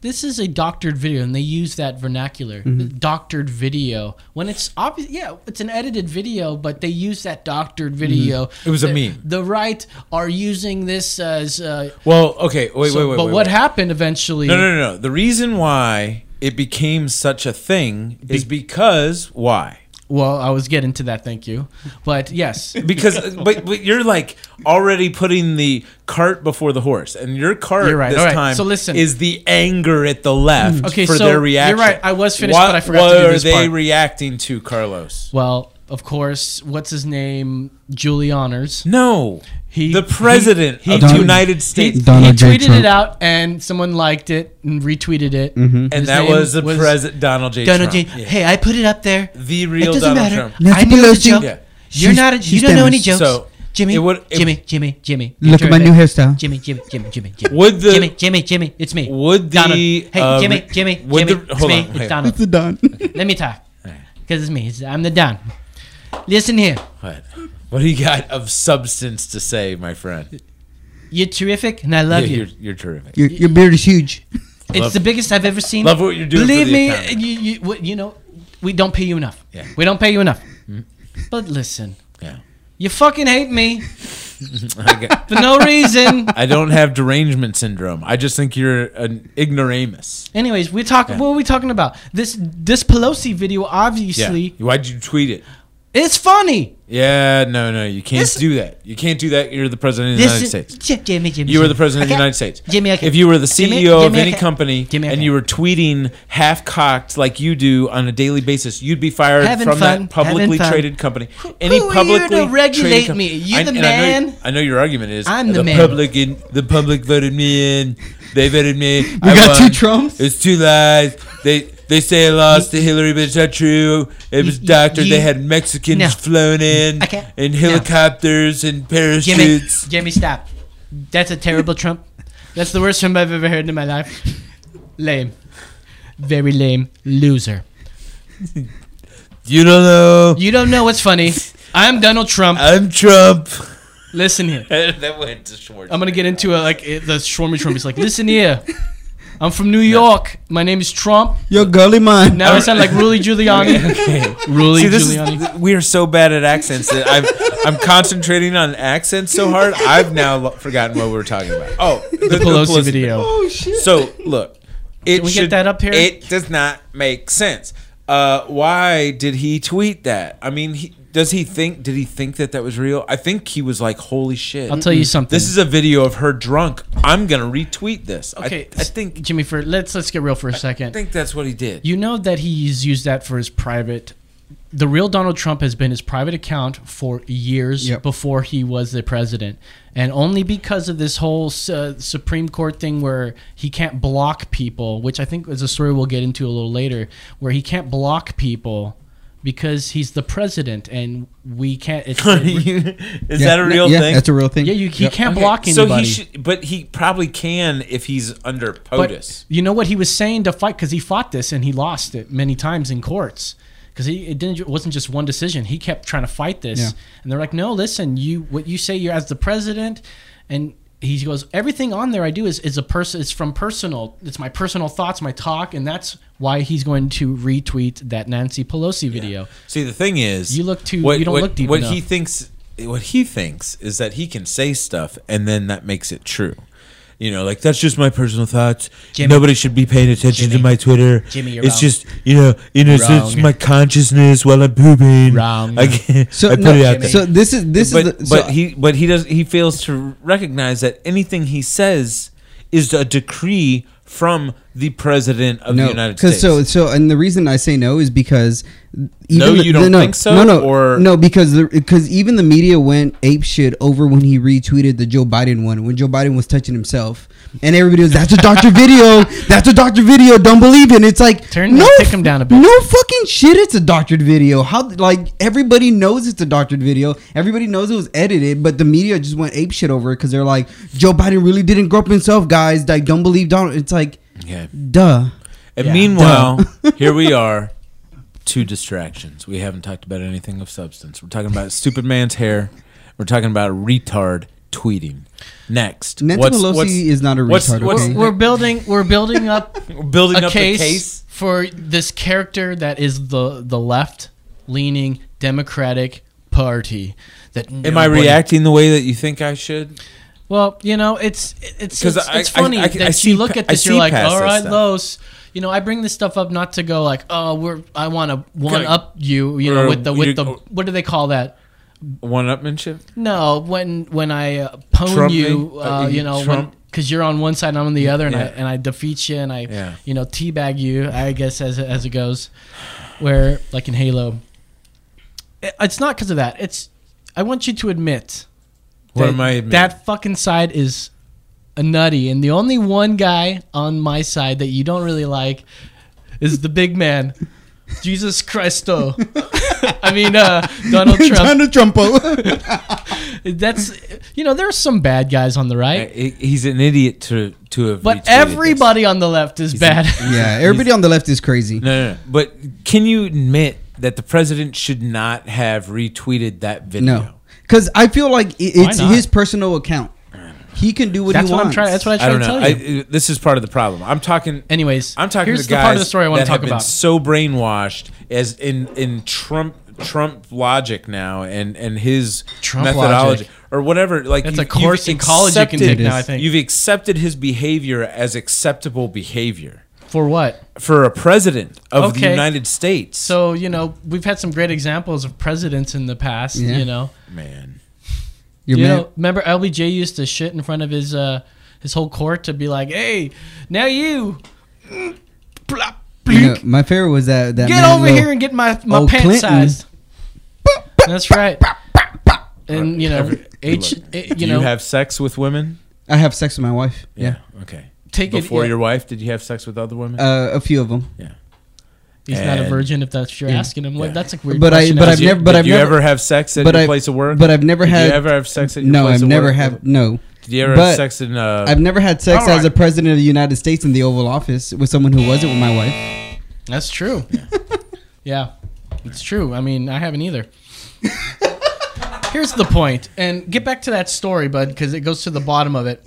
I: this is a doctored video, and they use that vernacular,
D: Mm-hmm.
K: Mhm.
I: doctored video. When it's obvious, yeah, it's an edited video, but they use that doctored video.
D: Mm-hmm. It was a
I: The-
D: meme.
I: The right are using this as. Uh,
D: Well, okay, wait,
I: so-
D: wait, wait.
I: But
D: wait,
I: what
D: wait.
I: happened eventually?
D: No, no, no, no. The reason why it became such a thing is because why?
I: Well, I was getting to that. Thank you. But yes,
D: Because uh, but, but you're like already putting the cart before the horse, and your cart
I: You're right.
D: this
I: All right.
D: time
I: So listen. Mm.
D: is the anger at the left
I: Okay,
D: for
I: so
D: their
I: you're
D: reaction.
I: right. I was finished, but I forgot
D: What
I: to do
D: are
I: this
D: they
I: part.
D: reacting to, Carlos?
I: Well, of course, what's his name? Julie Honors.
D: No.
I: He
D: The president of the
I: tweeted-
D: United States.
I: He, he
D: Donald J.
I: tweeted
D: Trump.
I: it out and someone liked it and retweeted it.
D: Mhm. And
I: His
D: that
I: name
D: was the president, Donald J.
I: Donald
D: Trump.
I: J.
D: Yeah.
I: Hey, I put it up there.
D: The real
I: it doesn't
D: Donald
I: matter.
D: Trump.
I: I
D: Nancy
I: knew it was a
D: Pelosi.
I: joke.
D: Yeah.
I: You're
D: She's-
I: not. A, you
D: she's
I: don't know any jokes.
D: Spanish. So,
I: Jimmy,
D: it would- it-
I: Jimmy, Jimmy, Jimmy.
K: Look at my new hairstyle.
I: Jimmy, Jimmy, Jimmy, Jimmy, Jimmy.
D: Would the-
I: Jimmy, Jimmy, Jimmy? It's me.
D: Would the,
I: Donald. Hey,
D: uh,
I: Jimmy, Jimmy,
D: would
I: Jimmy.
D: the-
I: it's
D: hold
I: me.
D: on,
I: it's
D: wait.
I: Donald.
D: It's the
K: Don.
I: Okay, Let me talk. Because it's me. It's- I'm the Don. Listen here.
D: What? What do you got of substance to say, my friend?
I: You're terrific, and I love
D: Yeah,
I: you.
D: You're, you're terrific.
K: Your, your beard is huge.
I: It's
D: Love-
I: the biggest I've ever seen.
D: Love what you're doing for
I: Believe
D: the
I: me,
D: economy.
I: you, you, what- you know, we don't pay you enough.
D: Yeah. Mm-hmm.
I: We don't pay you enough. But listen,
D: Yeah.
I: you fucking hate me
D: I got-
I: for no reason.
D: I don't have derangement syndrome. I just think you're an ignoramus.
I: Anyways, we talk.
D: Yeah.
I: What are we talking about? This this Pelosi video obviously
D: Yeah. Why'd you tweet it?
I: is funny.
D: Yeah, no, no, you can't
I: This-
D: do that. You can't do that. You're the president of the
I: This
D: United
I: is-
D: States.
I: J- Jimmy, Jimmy,
D: You were
I: Jimmy.
D: the president of the
I: Okay.
D: United States.
I: Jimmy, okay.
D: If you were the CEO
I: Jimmy,
D: of
I: Jimmy,
D: any
I: okay.
D: company
I: Jimmy,
D: and
I: okay.
D: you were tweeting half cocked like you do on a daily basis, you'd be fired
I: Having
D: from
I: fun,
D: that publicly
I: having fun.
D: traded company. Any
I: who are you
D: publicly
I: to regulate
D: traded com-
I: me? You're the
D: and I know,
I: man.
D: I know your argument is
I: I'm the man.
D: public in, the public voted me in. They voted me. We
K: got two Trumps?
D: It's two lies. They they say I lost to Hillary, but it's not true. It was doctored.
I: you-
D: they had Mexicans
I: No.
D: flown in
I: Okay.
D: and
I: No.
D: helicopters and
I: Jimmy,
D: parachutes.
I: Jimmy, stop. That's a terrible Trump. That's the worst Trump I've ever heard in my life. Lame, very lame loser.
D: You don't know.
I: You don't know what's funny. I'm Donald Trump.
D: I'm Trump.
I: Listen here.
D: that went to Schwartz.
I: I'm gonna get into a, like it, the Stormy Trump. He's like, listen here. I'm from New York. My name is Trump.
K: Yo, gully man.
I: Now I sound like Rudy Giuliani. Rudy
D: See, this is-
I: Giuliani.
D: th- we are so bad at accents that I'm I'm concentrating on accents so hard I've now lo- forgotten what we were talking about. Oh,
I: The Pelosi video.
D: Oh shit. So look, it
I: Can we get
D: should,
I: that up here?
D: It does not make sense. Uh, why did he tweet that? I mean, he, does he think? Did he think that that was real? I think he was like, "Holy shit!"
I: I'll tell you something.
D: Mm. This is a video of her drunk. I'm gonna retweet this. I-
I: Okay,
D: I, think
I: Jimmy. For let's let's get real for a second.
D: I think that's what he did.
I: You know that he's used that for his private. The real Donald Trump has been his private account for years before he was the president, and only because of this whole uh, Supreme Court thing where he can't block people, which I think is a story we'll get into a little later, where he can't block people because he's the president and we can't. It's,
D: Is that a real thing?
I: Yeah, you, he can't
D: Okay,
I: block
D: So
I: anybody.
D: he should, but he probably can if he's under POTUS.
I: But you know what he was saying to fight because he fought this and he lost it many times in courts because he it didn't it wasn't just one decision. He kept trying to fight this,
K: Yeah.
I: and they're like, "No, listen, you what you say you're as the president," and he goes, "Everything on there I do is is a person. It's from personal. It's my personal thoughts, my talk, and that's why he's going to retweet that Nancy Pelosi video."
D: See, the thing is,
I: You look too- you don't look deep
D: What
I: enough.
D: he thinks, what he thinks is that he can say stuff, and then that makes it true. You know, like that's just my personal thoughts.
B: Jimmy.
D: Nobody should be paying attention to
B: Jimmy.
D: my Twitter.
B: Jimmy, you're
D: it's
B: wrong.
D: just you know, you know, it's
B: Wrong.
D: just my consciousness while I'm pooping.
B: Wrong.
D: I, can't,
K: So,
D: I put
K: no,
D: it out
K: Jimmy.
D: there.
K: so this is- this is
D: but,
K: the- so-
D: but he but he does he fails to recognize that anything he says is a decree from the president of the United
K: 'cause
D: States.
K: So so, and the reason I say no is because
D: No,
K: the-
D: you don't
K: the- no,
D: think so,
K: No, no,
D: or-
K: no, because because even the media went ape shit over when he retweeted the Joe Biden one when Joe Biden was touching himself, and everybody was that's a doctor video, that's a doctor video, don't believe it. It's like
I: Turn that pick'em down a bit.
K: No fucking shit, it's a doctored video. How like everybody knows it's a doctored video. Everybody knows it was edited, but the media just went ape shit over it because they're like Joe Biden really didn't grow up himself, guys. Like don't believe Donald. It's like.
D: Yeah.
K: Duh.
D: And meanwhile, here we are, two distractions. We haven't talked about anything of substance. We're talking about stupid man's hair. We're talking about retard tweeting. Next,
K: Nancy Pelosi is not a retard, okay?
I: We're building. We're building up.
D: building
I: a
D: up the
I: case
D: case?
I: for this character that is the the left leaning Democratic Party. That
D: Am I
I: nobody-
D: reacting the way that you think I should?
I: Well, you know, it's it's
D: 'Cause
I: it's,
D: I-
I: it's
D: I-
I: funny
D: I- I
I: that
D: see
I: you look
D: pa-
I: at
D: I
I: this, you're
D: see
I: like,
D: past
I: all
D: this
I: right,
D: stuff."
I: Los. You know, I bring this stuff up not to go like, oh, we're I want to one
D: Kinda-
I: up you. You
D: or
I: know, with the
D: you-
I: with the what do they call that?
D: One upmanship.
I: No, when when I uh, pwn
D: Trump
I: you,
D: me?
I: uh,
D: Uh,
I: you
D: you
I: know,
D: Trump?
I: because you're on one side and I'm on the other, and I
D: Yeah.
I: and I defeat you and I,
D: Yeah.
I: you know, teabag you. I guess as as it goes, where like in Halo, It- it's not because of that. It's I want you to admit.
D: What
I: that-
D: am I admitting?
I: That fucking side is a nutty, and the only one guy on my side that you don't really like is the big man, Jesus Christo. I mean, uh, Donald Trump.
K: Donald Trumpo.
I: That's you know there's some bad guys on the right,
D: Uh, He- He's an idiot to to have. retweeted
I: but
D: this.
I: everybody on the left is bad.
K: yeah, everybody on the left is crazy.
D: No, no, no. But can you admit that the president should not have retweeted that video?
K: No, because I feel like i- it's
D: not?
K: his personal account. He can do what
D: That's
K: he
D: what I'm
K: wants.
D: trying-
I: that's what
D: I don't know. I, this is part of the problem. I'm talking.
I: Anyways,
D: I'm talking
I: here's
D: to
I: the part of
D: guys
I: the story I wanna
D: that have
I: talk
D: been
I: about.
D: So brainwashed as in in Trump Trump logic now, and and his
I: Trump
D: methodology
I: logic.
D: or whatever. Like
I: That's
D: you-
I: a course
D: you've
I: in college you can
D: accepted-
I: take now, I think.
D: you've accepted his behavior as acceptable behavior
I: For what?
D: for a president of the
I: Okay.
D: United States.
I: So you know we've had some great examples of presidents in the past.
D: Yeah.
I: You know,
D: Man,
I: you
D: Your man-
I: know, remember LBJ used to shit in front of his uh his whole court to be like, hey, now you
K: You know, my favorite was that. that
I: get
K: man,
I: over
K: little-
I: here and get my my
K: Oh,
I: pants
K: Clinton.
I: sized. That's right. And you know, H, eh,
D: do
I: you know,
D: you have sex with women?
K: I have sex with my wife. Yeah.
D: Okay.
I: Take it-
D: before
I: yeah.
D: your wife. Did you have sex with other women?
K: Uh, a few of them.
D: Yeah.
I: He's not a
D: And-
I: virgin if that's you're
D: Yeah.
I: asking him. Like, that's a weird
K: But I,
I: question.
K: but
I: to
K: I've
I: ask.
K: never, but
D: did
K: I've
D: you
K: never,
D: ever have sex at
K: but
D: your
K: I've-
D: place of work?
K: But I've never
D: Did you
K: had.
D: ever have sex at your
K: no,
D: place
K: I've
D: of
K: never
D: work?
K: had. No.
D: Did you ever
K: But
D: have sex in? Uh,
K: I've never had sex
D: All right.
K: as a president of the United States in the Oval Office with someone who wasn't with my wife.
I: That's true. yeah, it's true. I mean, I haven't either. Here's the point, and get back to that story, bud, because it goes to the bottom of it.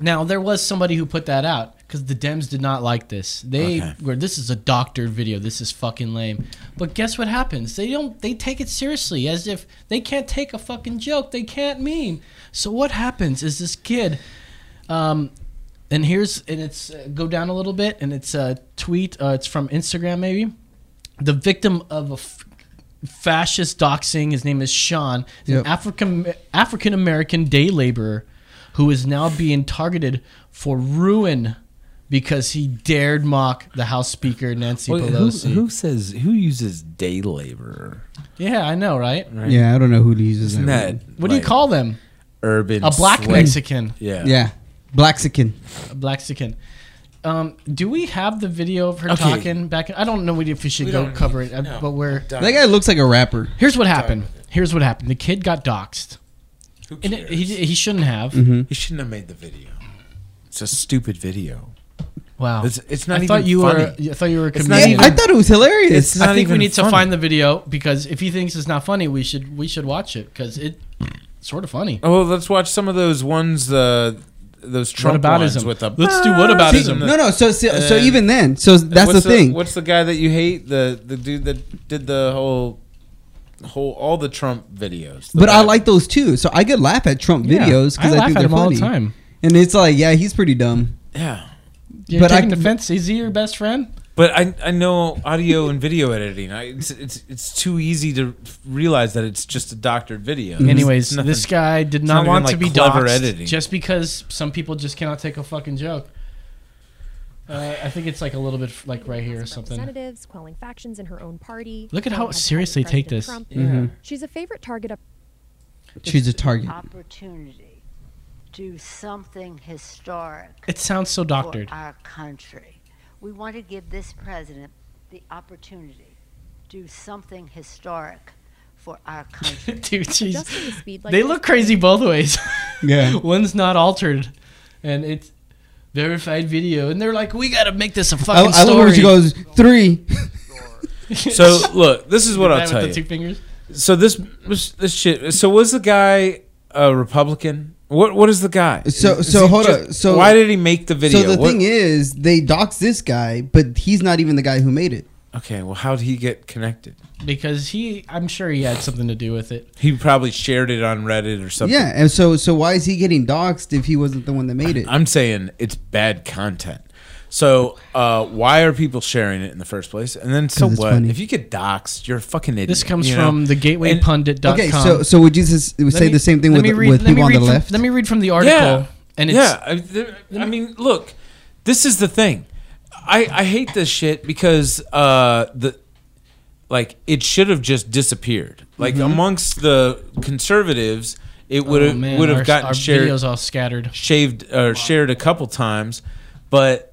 I: Now there was somebody who put that out because the Dems did not like this. They
D: Okay.
I: were this is a doctored video. This is fucking lame. But guess what happens? They don't. They take it seriously as if they can't take a fucking joke. They can't meme. So what happens is this kid, um, and here's and it's uh, go down a little bit and it's a tweet. Uh, it's from Instagram maybe. The victim of a f- fascist doxing. His name is Sean. He's
K: Yep.
I: an African African American day laborer who is now being targeted for ruin because he dared mock the House Speaker Nancy
D: Well, who,
I: Pelosi.
D: who says who uses day laborer?
I: Yeah, I know, right?
D: Right?
K: Yeah, I don't know who uses
D: Isn't
K: that.
D: that
I: What do you
D: like,
I: call them?
D: urban
I: A black
D: slave?
I: Mexican.
D: Yeah.
K: Yeah, Blaxican.
I: A Blaxican. Um, do we have the video of her
K: Okay.
I: talking back? I don't know if we should
D: We
I: go
D: don't
I: cover
D: need-
I: it, uh,
D: no.
I: but we're
K: That guy looks like a rapper.
I: Here's what happened. Here's what happened. The kid got doxxed. And it- he, he shouldn't have.
K: Mhm.
D: He shouldn't have made the video. It's a stupid video.
I: Wow.
D: It's, it's not
I: I
D: even
I: thought you
D: funny.
I: were. I thought you were. A
D: It's not
I: comedian.
D: even- I thought
K: it was hilarious.
D: It's not
I: I think we
D: even
I: need to
D: funny.
I: find the video because if he thinks it's not funny, we should we should watch it because it it's sort of funny.
D: Oh, well, let's watch some of those ones. Uh, those Trump
I: aboutism?
D: ones with the. Ah,
I: Let's do what
K: See,
I: aboutism?
K: no, no. So, so, so
D: And-
K: even then, so that's the
D: what's
K: thing.
D: What's the guy that you hate? The the dude that did the whole whole all the Trump videos. The
K: But I
D: bad-
K: like those too. So I could laugh at Trump
I: Yeah,
K: videos because
I: I
K: I,
I: laugh
K: think
I: at
K: they're
I: him all the
K: funny.
I: time.
K: And it's like, yeah, he's pretty dumb.
D: Yeah.
I: You're
K: But I
I: taking
K: can-
I: defense. Is he your best friend?
D: But I I know audio and video editing. I, it's, it's it's too easy to realize that it's just a doctored video.
K: Mm-hmm.
D: It's
I: Anyways,
D: nothing-
I: this guy did
D: it's
I: not,
D: even,
I: want to
D: like,
I: be
D: clever
I: doxxed
D: editing.
I: just because some people just cannot take a fucking joke. Uh, I think it's like a little bit f- like right here or something.
H: Representatives quelling factions in her own party.
I: Look at
H: Helen
I: how
H: had tied
I: seriously
H: to
I: take
H: President
I: this.
H: Trump.
K: Mhm.
H: She's a favorite target of
K: She's a target.
N: opportunity to do something historic.
I: It sounds so doctored.
N: For our country. We want to give this president the opportunity to do something historic for our country.
I: Dude, she's-
N: Adjusting the speed like
I: they
N: this-
I: look crazy both ways.
K: Yeah.
I: One's not altered, and it's verified video, and they're like, "We gotta make this a
K: I,
I: fucking
K: I love
I: story."
K: when she goes three.
D: So look, this is what
I: The
D: I'll
I: guy
D: tell
I: with
D: you.
I: the two fingers?
D: So this this this shit. So was the guy a Republican? What What is the guy?
K: So
D: Is- is
K: so
D: he
K: hold
D: just-
K: up. So
D: why did he make the video?
K: So the
D: What-
K: thing is, they dox this guy, but he's not even the guy who made it.
D: okay, well, how did he get connected?
I: because he, I'm sure he had something to do with it.
D: He probably shared it on Reddit or something.
K: Yeah, and so so why is he getting doxxed if he wasn't the one that made it?
D: I'm saying it's bad content. So uh, why are people sharing it in the first place? And then so
K: it's
D: what?
K: funny.
D: If you get doxxed, you're a fucking idiot.
I: This comes
D: you know?
I: from the thegatewaypundit.com.
K: Okay, so so would you just
I: Let
K: say
I: me-
K: the same thing
I: let
K: with
I: me read-
K: with
I: let me
K: people on the
I: read from-
K: left?
I: Let me read from the article.
D: Yeah.
I: And it's,
D: yeah, I, there- I mean, look, this is the thing. I, I hate this shit because uh, the like it should have just disappeared. Like
I: Mhm.
D: amongst the conservatives, it would
I: Oh,
D: have
I: man,
D: would have
I: our-
D: gotten
I: our
D: shared,
I: videos all scattered,
D: shaved or shared a couple times, but.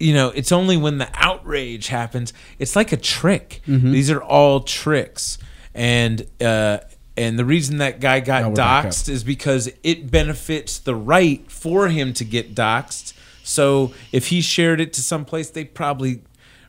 D: You know, it's only when the outrage happens. It's like a trick.
K: Mm-hmm.
C: Mhm.
D: These are all tricks, and uh, and the reason that guy got
C: Now we're back up.
D: doxxed is because it benefits the right for him to get doxxed. So if he shared it to someplace, they probably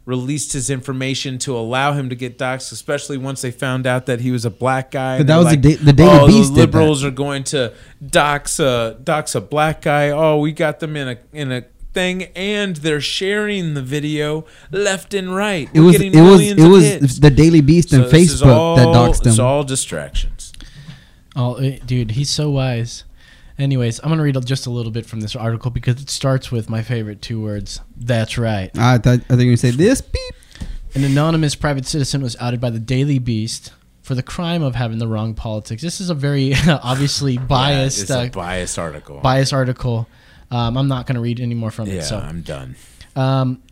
D: released his information to allow him to get doxxed, especially once they found out that he was a black guy.
K: But that
D: They're
K: was the Da- the Daily
D: oh,
K: Beast did
D: the
K: that."
D: liberals are going to dox a, dox a black guy. Oh, we got them in a in a thing and they're sharing the video left and right.
K: it
D: We're
K: was
D: getting
K: it was
D: millions
K: it
D: of
K: was
D: hits.
K: the Daily Beast and
D: So this is
K: Facebook that
D: all-
K: doxed them.
D: It's all distractions.
I: Oh, eh, dude, he's so wise. Anyways, I'm gonna read just a little bit from this article because it starts with my favorite two words. That's right.
K: I thought I thought you were gonna say this.
I: An anonymous private citizen was outed by the Daily Beast for the crime of having the wrong politics. This is a very obviously biased,
D: it's a
I: uh,
D: biased article.
I: Biased article. Um, I'm not going to read any more from
D: Yeah,
I: it. So
D: I'm done.
I: Um,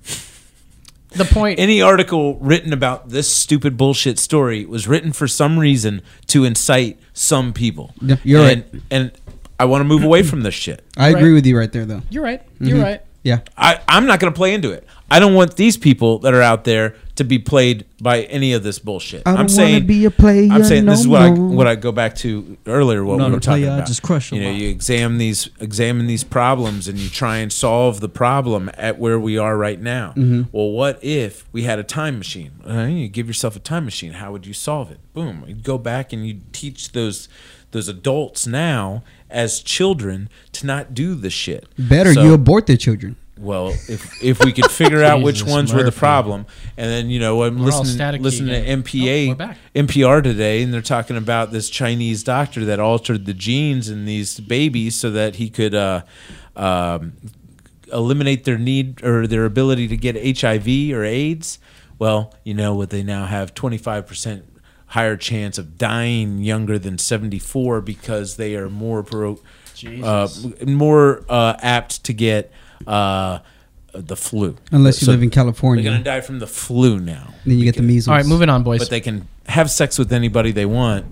I: the point.
D: Any article written about this stupid bullshit story was written for some reason to incite some people.
K: Yeah, you're
D: and, right. And I want to move away from this shit.
K: I agree with you right there though.
I: You're right.
D: Mm-hmm.
I: You're
K: Mhm.
I: right.
K: Yeah.
D: I, I'm not going to play into it. I don't want these people that are out there to be played by any of this bullshit.
K: I don't
D: I'm
K: wanna
D: saying
K: be a player,
D: I'm saying this is what
K: no, no.
D: I what I go back to earlier. What
K: Not
D: we
K: a
D: were talking
K: player, I
D: about.
K: just crush a
D: you know,
K: lot.
D: you examine these examine these problems and you try and solve the problem at where we are right now.
K: Mm-hmm.
C: Mhm.
D: Well, what if we had a time machine? Uh, you give yourself a time machine. How would you solve it? Boom. You go back and you teach those those adults now as children to not do the shit.
K: Better
D: So-
K: you abort their children.
D: well, if if we could figure out which
K: Jesus,
D: ones were the
K: Murphy.
D: problem, and then you know I'm
I: We're all
D: listening
I: staticky
D: listening
I: again. Oh,
D: to MPA NPR today, and they're talking about this Chinese doctor that altered the genes in these babies so that he could uh, um, eliminate their need or their ability to get HIV or AIDS. Well, you know what they now have twenty five percent higher chance of dying younger than 74 because they are more pro, uh,
I: Jesus.
D: more uh, apt to get uh, the flu.
K: Unless you live in California.
D: They're going to die from the flu now.
K: Then you get the measles.
I: All right, moving on, boys.
D: But they can have sex with anybody they want,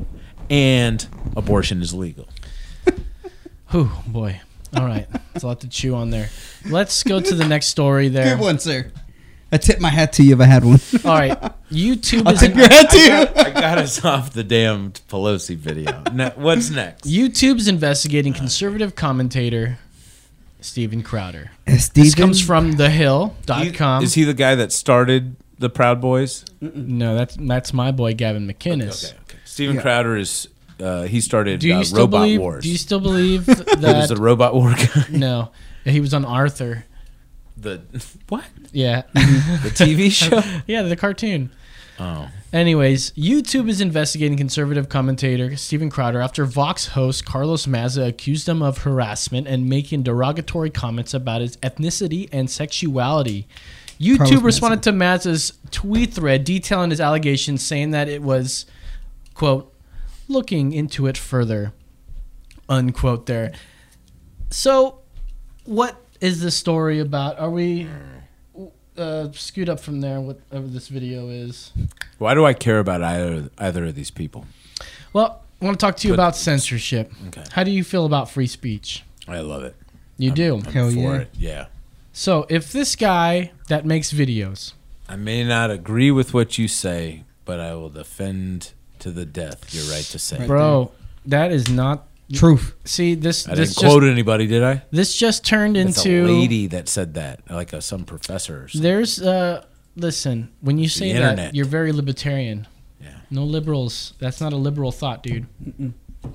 D: and abortion is legal.
I: Whew, boy. All right. It's a lot to chew on there. Let's go to the next story there.
K: Good one, sir. I tip my hat to you if I had one.
I: All right. YouTube
K: I'll
I: is
K: tip your hat to
D: I
K: you.
D: got, I got us off the damn Pelosi video. Ne- what's next?
I: YouTube's investigating conservative commentator Stephen Crowder. This
K: Stephen-
I: comes from thehill.com.
D: Is he the guy that started the Proud Boys?
I: no, that's that's my boy Gavin McInnes.
D: Steven
I: Yeah.
D: Crowder is. Uh, he started
I: Do you
D: uh,
I: still
D: Robot
I: believe?
D: Wars.
I: Do you still believe that
D: He was the robot war guy.
I: No, he was on Arthur.
D: The what?
I: Yeah,
D: The TV show?
I: yeah, the cartoon.
D: Oh.
I: Anyways, YouTube is investigating conservative commentator Stephen Crowder after Vox host Carlos Mazza accused him of harassment and making derogatory comments about his ethnicity and sexuality. YouTube
F: Carlos Mazza.
I: responded to Mazza's tweet thread detailing his allegations, saying that it was, quote, looking into it further, unquote, there. So, what is this story about? Are we. Uh, scoot up from there, whatever this video is.
D: Why do I care about either either of these people?
I: Well, I want to talk to you
D: But-
I: about censorship.
D: Okay. Um,
I: How do you feel about free speech?
D: I love it.
I: You
D: I'm-
I: do.
D: I'm
I: Hell
D: for
I: yeah.
D: it. Yeah.
I: So, if this guy that makes videos,
D: I may not agree with what you say, but I will defend to the death your right to say. it.
I: bro, that is not
K: truth.
I: See this.
D: I
I: this
D: didn't
I: just,
D: quote anybody, did I?
I: This just turned
D: It's
I: into
D: a lady that said that, like a, some professor. Or something.
I: There's uh, listen. When you say that,
D: internet.
I: you're very libertarian. Yeah. No liberals. That's not a liberal thought, dude.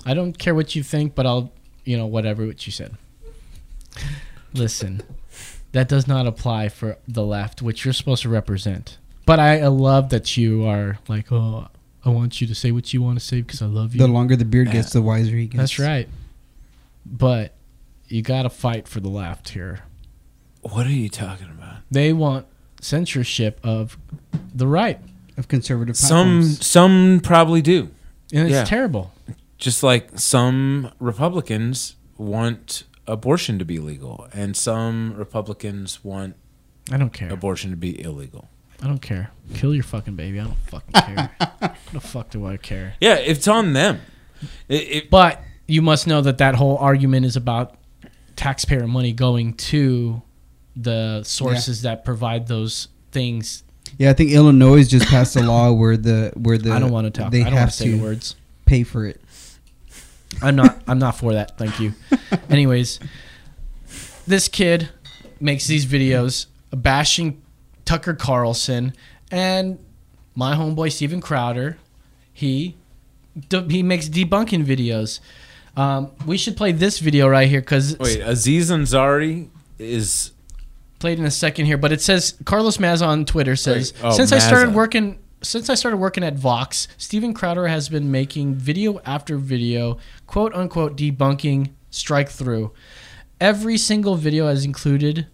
I: I don't care what you think, but I'll you know, whatever what you said. Listen, that does not apply for the left, which you're supposed to represent. But I uh, love that you are like, oh, I want you to say what you want to say because I love you.
K: The longer the beard gets, the wiser he gets.
I: That's right. But you got to fight for the left here.
D: What are you talking about?
I: They want censorship of the right,
K: of conservative
D: Some some probably do.
I: And it's terrible.
D: Just like some Republicans want abortion to be legal and some Republicans want
I: I don't care.
D: abortion to be illegal.
I: I don't care. Kill your fucking baby. I don't fucking care. What the fuck do I care?
D: Yeah, it's on them.
I: but you must know that that whole argument is about taxpayer money going to the sources that provide those things.
K: Yeah, I think Illinois just passed a law where the where the
I: I don't want to talk.
K: They
I: I don't want
K: have
I: to say the words.
K: pay for it.
I: I'm not. I'm not for that. Thank you. Anyways, this kid makes these videos bashing Tucker Carlson and my homeboy Steven Crowder. He de- he makes debunking videos. Um, we should play this video right here because
D: Wait, Aziz Ansari is
I: played in a second here, but it says Carlos Mazza on Twitter says
D: Right. Oh,
I: since I started
D: Mazza.
I: working since I started working at Vox, Steven Crowder has been making video after video, quote unquote debunking strike through. Every single video has included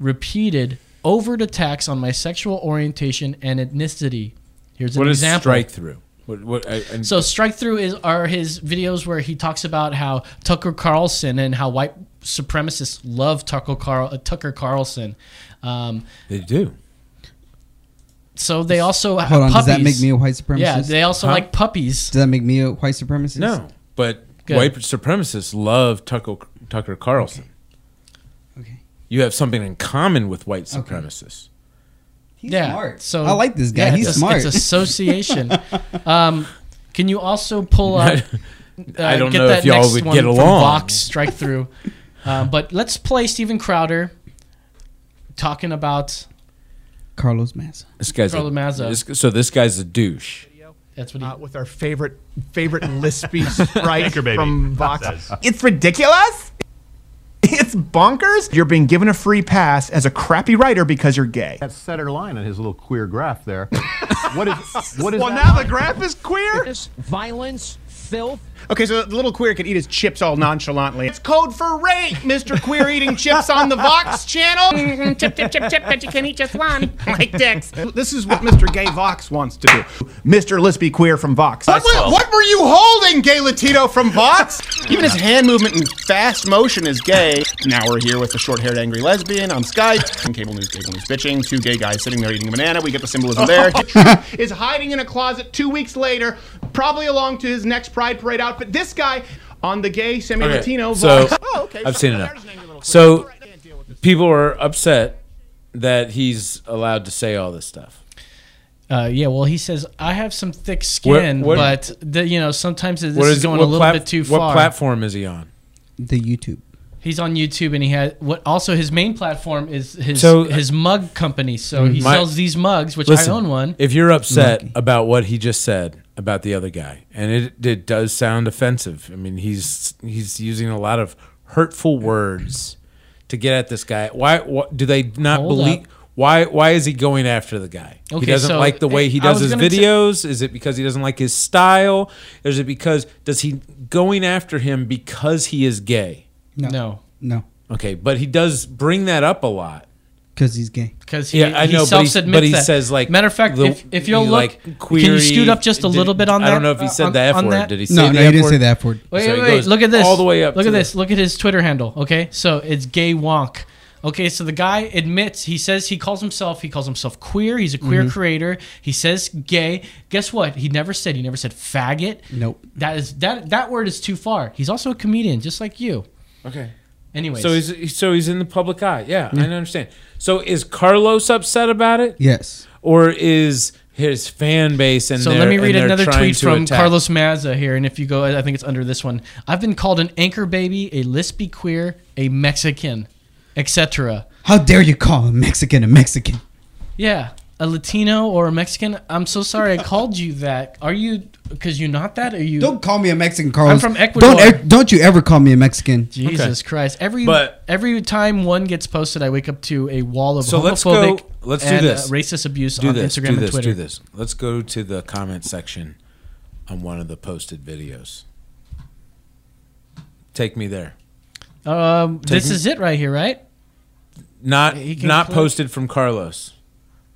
I: repeated overt attacks on my sexual orientation and ethnicity. Here's an
D: what is
I: example.
D: strike through? What, what, I, and
I: So strike through is are his videos where he talks about how Tucker Carlson and how white supremacists love Tucker Carl uh, Tucker Carlson. Um,
D: they do.
I: so they also have
K: Hold on,
I: puppies.
K: does that make me a white supremacist?
I: Yeah, they also
K: Huh?
I: like puppies.
K: Does that make me a white supremacist?
D: No, but
I: Good.
D: white supremacists love Tucker, Tucker Carlson. Okay. You have something in common with white supremacists.
K: He's
I: yeah,
K: smart.
I: So
K: I like this guy.
I: yeah,
K: He's
I: it's a-
K: smart.
I: It's association. um, can you also pull up? uh,
D: I don't
I: get
D: know
I: that
D: if y'all
I: next
D: would
I: one
D: get
I: from
D: along.
I: Vox strike through. Uh, but let's play Steven Crowder talking about
K: Carlos Massa.
D: This guy's a,
I: Carlo Mazza.
D: this- so this guy's a douche.
I: That's
K: Uh,
I: what he,
O: with our favorite favorite lispy sprite
D: Anchor Baby.
O: from Vox.
D: Says.
O: It's ridiculous. It's bonkers. You're being given a free pass as a crappy writer because you're gay.
P: That center line on his little queer graph there. what is what is
O: Well,
P: that
O: now
P: line?
O: the graph is queer.
Q: Violence, filth.
O: Okay, so the little queer could eat his chips all nonchalantly. It's code for rape, Mr. Queer eating chips on the Vox channel. chip, chip, chip, chip, but you can eat just one. Like dicks. This is what Mr. Gay Vox wants to do.
P: Mr. Lispy Queer from Vox.
O: What, were- what were you holding, Gay Latino from Vox? Even his hand movement in fast motion is gay. Now we're here with the short-haired angry lesbian on Skype. And cable news, cable news bitching. Two gay guys sitting there eating a banana. We get the symbolism there. is hiding in a closet two weeks later, probably along to his next Pride Parade outfit. This guy on the gay semi-Latino
D: So
O: Vox. Oh, okay.
D: I've seen enough. So people are upset that he's allowed to say all this stuff.
I: uh, yeah. Well, he says I have some thick skin,
D: What- what-
I: but the, you know sometimes this
D: What
I: is, going a
D: what
I: little
D: plat-
I: bit too far.
D: What platform is he on?
K: The YouTube.
I: He's on YouTube and he has what also his main platform is his
D: So-
I: his mug company. So he
D: My-
I: sells these mugs, which
D: Listen,
I: I own one.
D: If you're upset about what he just said about the other guy, and it, it does sound offensive. I mean, he's he's using a lot of hurtful words to get at this guy. Why, why do they not
I: Hold
D: believe?
I: up.
D: Why why is he going after the guy?
I: Okay,
D: he doesn't
I: so eh,
D: like the way he
I: I
D: does
I: was
D: his
I: gonna t-
D: videos. is it because he doesn't like his style? Is it because does he going after him because he is gay?
K: No.
I: No.
K: No.
D: Okay, but he does bring that up a lot.
K: Because he's gay.
I: Because he, he self-admits
D: but he, but he
I: that.
D: says like
I: matter of fact,
D: the-
I: if, if you'll
D: he,
I: look,
D: like,
I: can you
D: query-
I: scoot up just a
D: did-
I: little bit on that?
D: I don't know if he
I: uh,
D: said
I: on-
D: the F
I: on
D: word.
I: that?
D: Did he say the F word?
I: Wait,
D: So he
I: wait, wait,
D: goes
I: Look at this.
D: all the way up.
I: Look
D: to
I: at
D: the-
I: this. Look at his Twitter handle. Okay, so it's gay wonk. Okay, so the guy admits he says he calls himself he calls himself queer. He's a queer
D: Mm-hmm.
K: Mhm.
I: creator. He says gay. Guess what? He never said he never said faggot.
K: Nope.
I: That is that that word is too far. He's also a comedian, just like you.
D: Okay.
I: Anyways,
D: So he's so he's in the public eye. Yeah, I understand. So is Carlos upset about it?
K: Yes.
D: Or is his fan base and
I: So
D: their-
I: let me
D: and
I: read
D: they're
I: another
D: trying
I: tweet
D: to
I: from
D: attack?
I: Carlos Mazza here, and if you go, I think it's under this one. I've been called an anchor baby, a lispy queer, a Mexican, etc.
K: How dare you call a Mexican a Mexican?
I: Yeah, a Latino or a Mexican. I'm so sorry I called you that. Are you because you're not that? Are you?
K: Don't call me a Mexican, Carlos.
I: I'm from Ecuador.
K: Don't e- don't you ever call me a Mexican.
I: Jesus Christ! Every
D: But-
I: every time one gets posted, I wake up to a wall of
D: So
I: homophobic
D: let's go. Let's do
I: and, uh,
D: this.
I: racist abuse
D: do
I: on
D: this,
I: Instagram
D: do
I: and
D: this,
I: Twitter.
D: Do this. Let's go to the comment section on one of the posted videos. Take me there.
I: Um,
D: Take
I: this
D: me-
I: is it right here, right?
D: Not
I: He can
D: not
I: click.
D: posted from Carlos.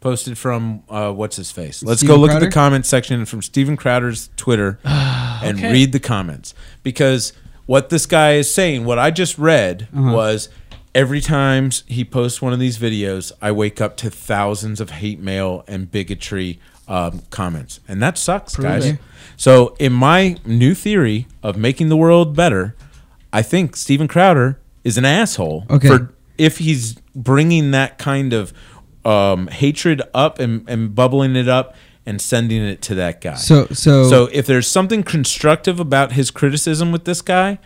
D: Posted from uh, what's his face. Let's
I: Steven
D: go look at
I: Crowder?
D: the comment section from Steven Crowder's Twitter and
I: Okay.
D: read the comments because what this guy is saying, what I just read
R: Uh-huh.
D: was every time he posts one of these videos, I wake up to thousands of hate mail and bigotry um, comments, and that sucks,
R: Prove
D: guys.
R: it.
D: So, in my new theory of making the world better, I think Steven Crowder is an asshole
K: Okay.
D: for if he's bringing that kind of um, hatred up and, and bubbling it up and sending it to that guy.
K: So- so-
D: so if there's something constructive about his criticism with this guy,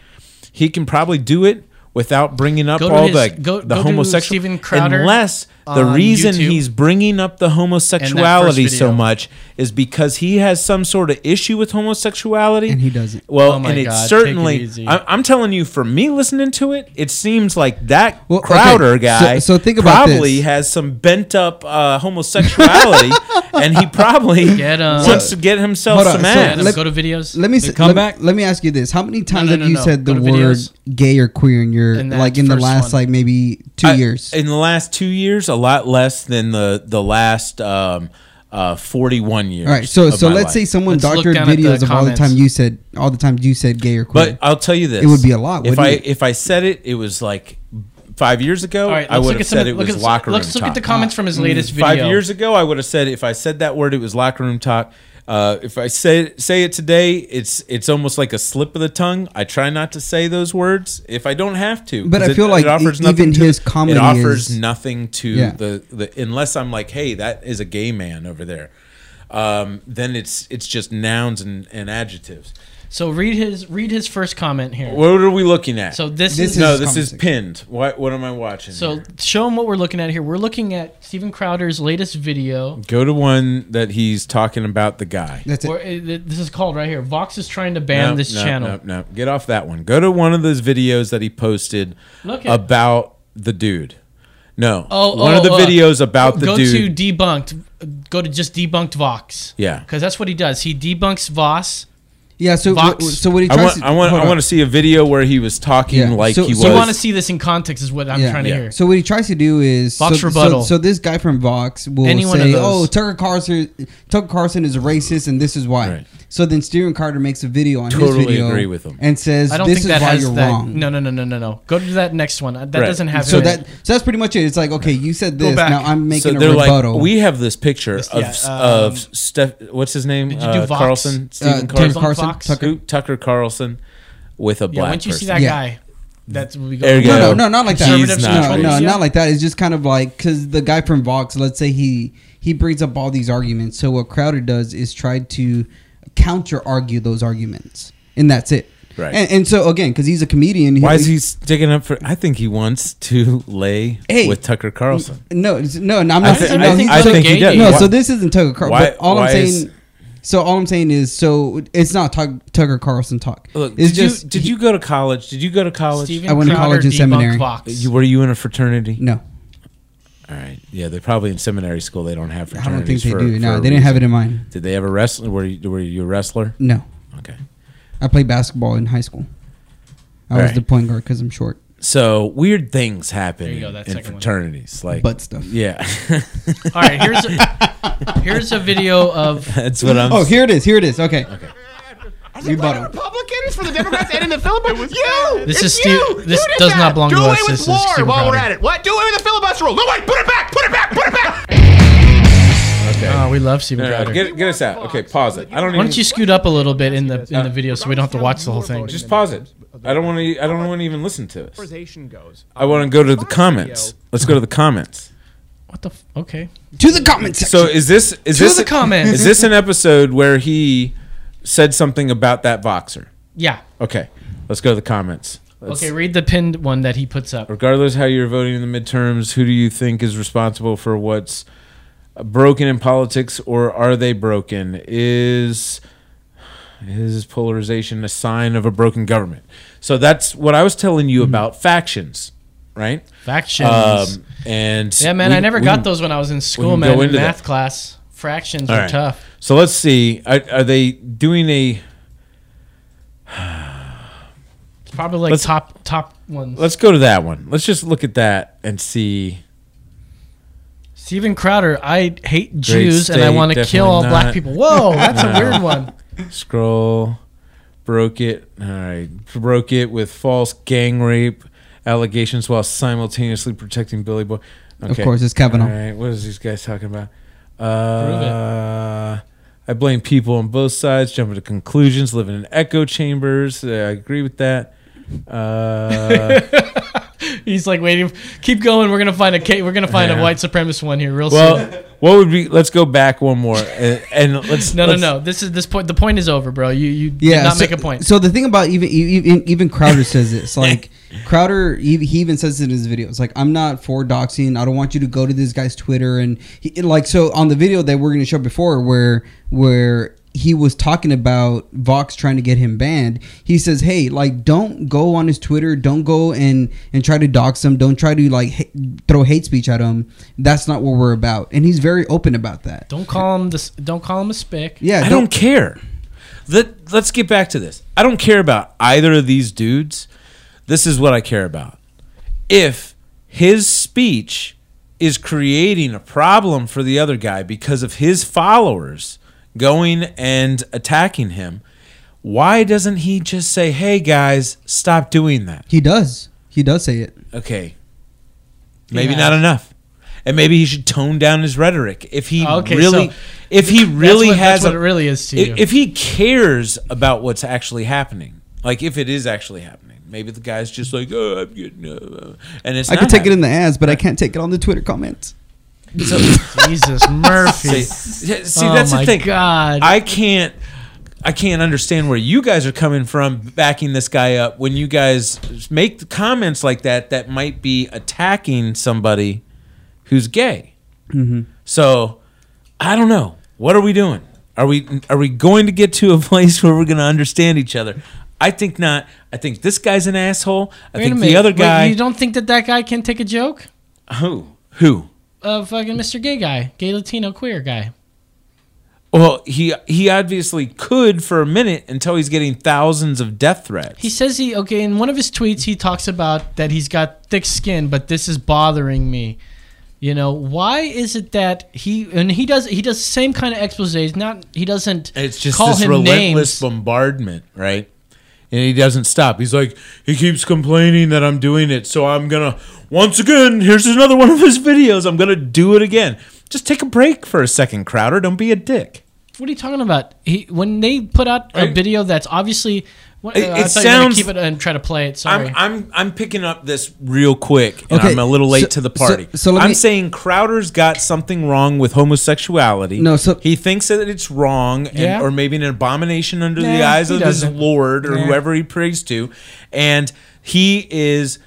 D: he can probably do it without bringing up
I: Go to
D: all
I: his-
D: the
I: go-
D: the
I: go to
D: homosexual.
I: Steven Crowder
D: unless the
I: on
D: reason
I: YouTube.
D: he's bringing up the homosexuality so
I: video.
D: much is because he has some sort of issue with homosexuality, and he
K: doesn't.
D: Well,
I: Oh my
D: and
I: God,
D: it's
I: take it
D: certainly.
I: easy.
D: I, I'm telling you, for me listening to it, it seems like that
K: okay,
D: Crowder
K: so-
D: guy.
K: so think about
D: probably
K: this.
D: has some bent up uh, homosexuality, and he probably
I: Get 'em.
D: wants to get himself
K: Hold on,
D: some
K: so
D: ass.
K: let- Let me s- let, Let me ask you this: How many times
D: no,
K: have
D: no,
K: you
D: no.
K: said
D: Go
K: the
D: to
K: word
D: videos.
K: gay or queer in your
D: In that
K: like in the
D: first
K: last
D: one.
K: like maybe two
D: I-
K: years?
D: In the last two years, a lot less than the the last um, uh, forty one years.
K: All right, so
D: of
K: so
D: my
K: let's
D: life.
K: say someone doctored videos of all the time you said all the time you said gay or queer.
D: But uh, I'll tell you this:
K: it would be a lot.
D: If
K: wouldn't
D: I
K: it?
D: if I said it, it was like five years ago.
I: All right,
D: I would
I: let's look
D: have
I: at some-
D: said it
I: look
D: was
I: at-
D: locker room.
I: let's look at
D: talk.
I: the comments from his latest
D: Mm, Five
I: video.
D: years ago, I would have said if I said that word, it was locker room talk. Uh, if I say say it today, it's it's almost like a slip of the tongue. I try not to say those words if I don't have to.
K: But
D: 'cause
K: I feel like e-
D: nothing
K: even
D: to-
K: his comedy
D: it offers
K: is-
D: nothing to
K: Yeah.
D: the, the unless I'm like, hey, that is a gay man over there. Um, then it's it's just nouns and, and adjectives.
I: So read his read his first comment here.
D: What are we looking at?
I: So this, is
D: no, this is pinned. What what am I watching?
I: So show him what we're looking at here. We're looking at Steven Crowder's latest video.
D: Go to one that he's talking about the guy.
I: Where- uh, th- this is called right here. Vox is trying to ban
D: No,
I: this
D: no,
I: channel.
D: No, no, get off that one. Go to one of those videos that he posted
I: Look at-
D: about the dude. No,
I: Oh,
D: one
I: oh,
D: of the
I: uh,
D: videos about the
I: go
D: dude.
I: to debunked. Go to just debunked Vox.
D: Yeah.
I: because that's what he does. He debunks Vox.
K: Yeah. So
I: Vox.
K: so what he
D: I
K: tries
D: want,
K: to
D: I want,
K: hold
D: I
K: on.
D: want to see a video where he was talking
K: Yeah,
D: like
K: so-
D: he
K: so
D: was.
K: you
I: You want to see this in context is what I'm trying to hear.
K: So what he tries to do is
I: Vox
K: so,
I: rebuttal.
K: So, so this guy from Vox will
I: Any one
K: say,
I: of those.
K: "Oh, Tucker Carlson, Tucker Carlson is racist, and this is why." So then Steven Carter makes a video on his
D: Totally
K: video
D: agree with him.
K: and says,
I: I don't think
K: "This is
I: that
K: why
I: has
K: you're
I: that.
K: wrong."
I: No, no, no, no, no, no. Go to that next one. That
D: Right.
I: doesn't have
K: So
I: him in it.
K: that so that's pretty much it. It's like, okay, you said
I: Go
K: this.
I: back.
K: Now I'm
D: So
K: making
D: they're
K: a rebuttal.
D: like, we have this picture of
K: Yeah,
I: uh,
D: of
K: um,
D: Steph. What's his name?
K: Did you do Vox?
D: Carlson.
K: Uh, Tucker Carlson?
D: Vox? Tucker. Carlson with a black.
I: Yeah, once you see
D: person.
I: that
K: Yeah.
I: guy, that's what we go.
D: There you
K: no,
D: go.
K: no, no, not like that.
D: He's not
K: no, no,
D: racist.
K: not like that. It's just kind of like because the guy from Vox, let's say he he brings up all these arguments. So what Crowder does is try to counter argue those arguments, and that's it.
D: Right.
K: And, and so again, because he's a comedian,
D: Why
K: he'll-
D: is he sticking up for? I think he wants to lay
K: Hey.
D: with Tucker Carlson.
K: No, it's- no, no. I'm
D: I
K: not.
D: thi-
K: saying
D: I
K: no,
D: think-
K: he's-
D: I
K: so-
D: think he does.
K: No,
D: Why-
K: so this isn't Tucker Carlson.
D: why-
K: but all I'm
D: why is-
K: saying. so all I'm saying is, so it's not Tug- Tucker Carlson talk.
D: Look,
K: it's
D: did you did you go to college? Did you go to college?
K: Steven I went to Crowder college and debunked seminary. Vox.
D: You, were you in a fraternity?
K: No.
D: All right. Yeah, they're probably in seminary school. They don't have
K: don't
D: fraternities.
K: think they
D: for-
K: do.
D: for
K: No,
D: a
K: they didn't have it in
D: reason.
K: mine.
D: Did they have a wrestler? Were you, were you a wrestler?
K: No.
D: Okay.
K: I played basketball in high school. I was
D: Alright.
K: the point guard because I'm short.
D: So weird things happen
I: There you go,
D: in-
I: that
D: in
I: second one.
D: fraternities, like
K: Butt stuff.
D: Yeah.
I: All right, here's a, here's a video of.
D: That's what I'm.
K: Oh, here it is. Here it is. Okay. Okay. Rebuttal.
O: Republicans for the Democrats and in the filibuster. you.
I: This
O: It's
I: is Steve-
O: you!
I: this
O: You did
I: does
O: that!
I: not belong
O: Do
I: to
O: away
I: us.
O: with
I: This is
O: war
I: Stephen
O: while we're
I: Crowder.
O: at it. What? Do away with the filibuster rule. No, wait. Put it back. Put it back. Put it back.
D: Okay.
I: Oh, we love Steven
D: No, no,
I: Crowder.
D: Get, get us out. Okay, pause it. I don't.
I: Why don't
D: even-
I: you scoot up a little bit in the in the video so we don't have to watch the whole thing?
D: Just pause it. I don't want to. I don't want to even listen to it.
I: Polarization goes.
D: I want to go to the comments. Let's go to the comments.
I: What the? F- okay.
K: To the comments.
D: So is this is
I: To
D: this
I: the comments.
D: Is this an episode where he said something about that boxer?
I: Yeah.
D: Okay. Let's go to the comments. Let's-
I: Okay, read the pinned one that he puts up.
D: Regardless how you're voting in the midterms, who do you think is responsible for what's broken in politics or are they broken? Is is polarization a sign of a broken government? So that's what I was telling you about factions, right?
I: Hmm.
D: Um,
I: Factions.
D: and
I: yeah, man,
D: we-
I: I never
D: we-
I: got those when I was in
D: we
I: school,
D: can
I: man.
D: go
I: In
D: into that.
I: math class, fractions
D: All
I: were
D: right.
I: tough.
D: So let's see. Are, are they doing a?
I: It's probably like
D: Let's-
I: top top ones.
D: Let's go to that one. Let's just look at that and see.
I: Steven Crowder, I hate Jews and I want to kill all black people. Whoa, that's a weird one.
D: Scroll, broke it. All right, broke it with false gang rape allegations while simultaneously protecting Billy Boy.
K: Of course, it's Kavanaugh.
D: All right, what is these guys talking about? Uh, I blame people on both sides, jumping to conclusions, living in echo chambers. Uh, I agree with that. Uh,
I: He's like waiting. Keep going. We're gonna find a ca- we're gonna find
D: Yeah.
I: a white supremacist one here real soon.
D: well, what would be? Let's go back one more and, and let's
I: No, no,
D: let's-
I: no. This is this point. The point is over, bro. You you did not
K: so,
I: make a point.
K: So the thing about even e, even even Crowder says it's like Crowder he, he even says it in his video. It's like I'm not for doxing. I don't want you to go to this guy's Twitter and he, and like so on the video that we're going to show before where where he was talking about Vox trying to get him banned. He says, "Hey, like don't go on his Twitter. Don't go and and try to dox him. Don't try to like ha- throw hate speech at him. That's not what we're about." And he's very open about that.
I: Don't call him this. Don't call him a spick.
K: Yeah,
D: I don't care. Let, let's get back to this. I don't care about either of these dudes. This is what I care about. If his speech is creating a problem for the other guy because of his followers going and attacking him, why doesn't he just say, hey guys, stop doing that?
K: He does. He does say it.
D: Okay. Maybe not enough. And maybe he should tone down his rhetoric if he
I: Okay,
D: really
I: so
D: if he
I: that's
D: really
I: what- that's
D: has
I: what it really is to
D: i-
I: you.
D: if he cares about what's actually happening. Like if it is actually happening. Maybe the guy's just like, "Oh, I'm getting uh," and it's
K: I
D: not
K: can take it in the ads, but I can't take it on the Twitter comments.
I: Jesus Murphy.
D: See, see
I: Oh
D: that's
I: my
D: the thing.
I: God.
D: I can't. I can't understand where you guys are coming from backing this guy up when you guys make the comments like that that might be attacking somebody who's gay.
I: Mm-hmm.
K: Mhm.
D: So I don't know. What are we doing? Are we are we going to get to a place where we're going to understand each other? I think not. I think this guy's an asshole. I
I: Wait a
D: think
I: minute.
D: the other
I: Wait,
D: guy.
I: you don't think that that guy can take a joke?
D: who who?
I: Uh, fucking Mr. Gay guy, gay Latino queer guy.
D: Well, he he obviously could for a minute until he's getting thousands of death threats.
I: He says he okay. In one of his tweets, he talks about that he's got thick skin, but this is bothering me. You know why is it that he and he does he does the same kind of exposés? Not he doesn't.
D: It's just
I: call
D: this
I: him
D: relentless
I: names.
D: bombardment, right? And he doesn't stop. He's like, he keeps complaining that I'm doing it, so I'm gonna once again. Here's another one of his videos. I'm gonna do it again. Just take a break for a second, Crowder. Don't be a dick.
I: What are you talking about? He when they put out a video that's obviously. What,
D: It-
I: uh, I
D: it
I: thought you were gonna
D: sounds-
I: Keep it and try to play it. Sorry.
D: I'm I'm I'm picking up this real quick, and
K: Okay,
D: I'm a little late
K: so-
D: to the
K: so-
D: party.
K: so let
D: I'm
K: me-
D: saying Crowder's got something wrong with homosexuality.
K: No, so-
D: he thinks that it's wrong, and,
K: Yeah.
D: or maybe an abomination under the
K: Nah,
D: eyes
K: he
D: of his
K: doesn't.
D: Lord or
K: Nah.
D: whoever he prays to, and he is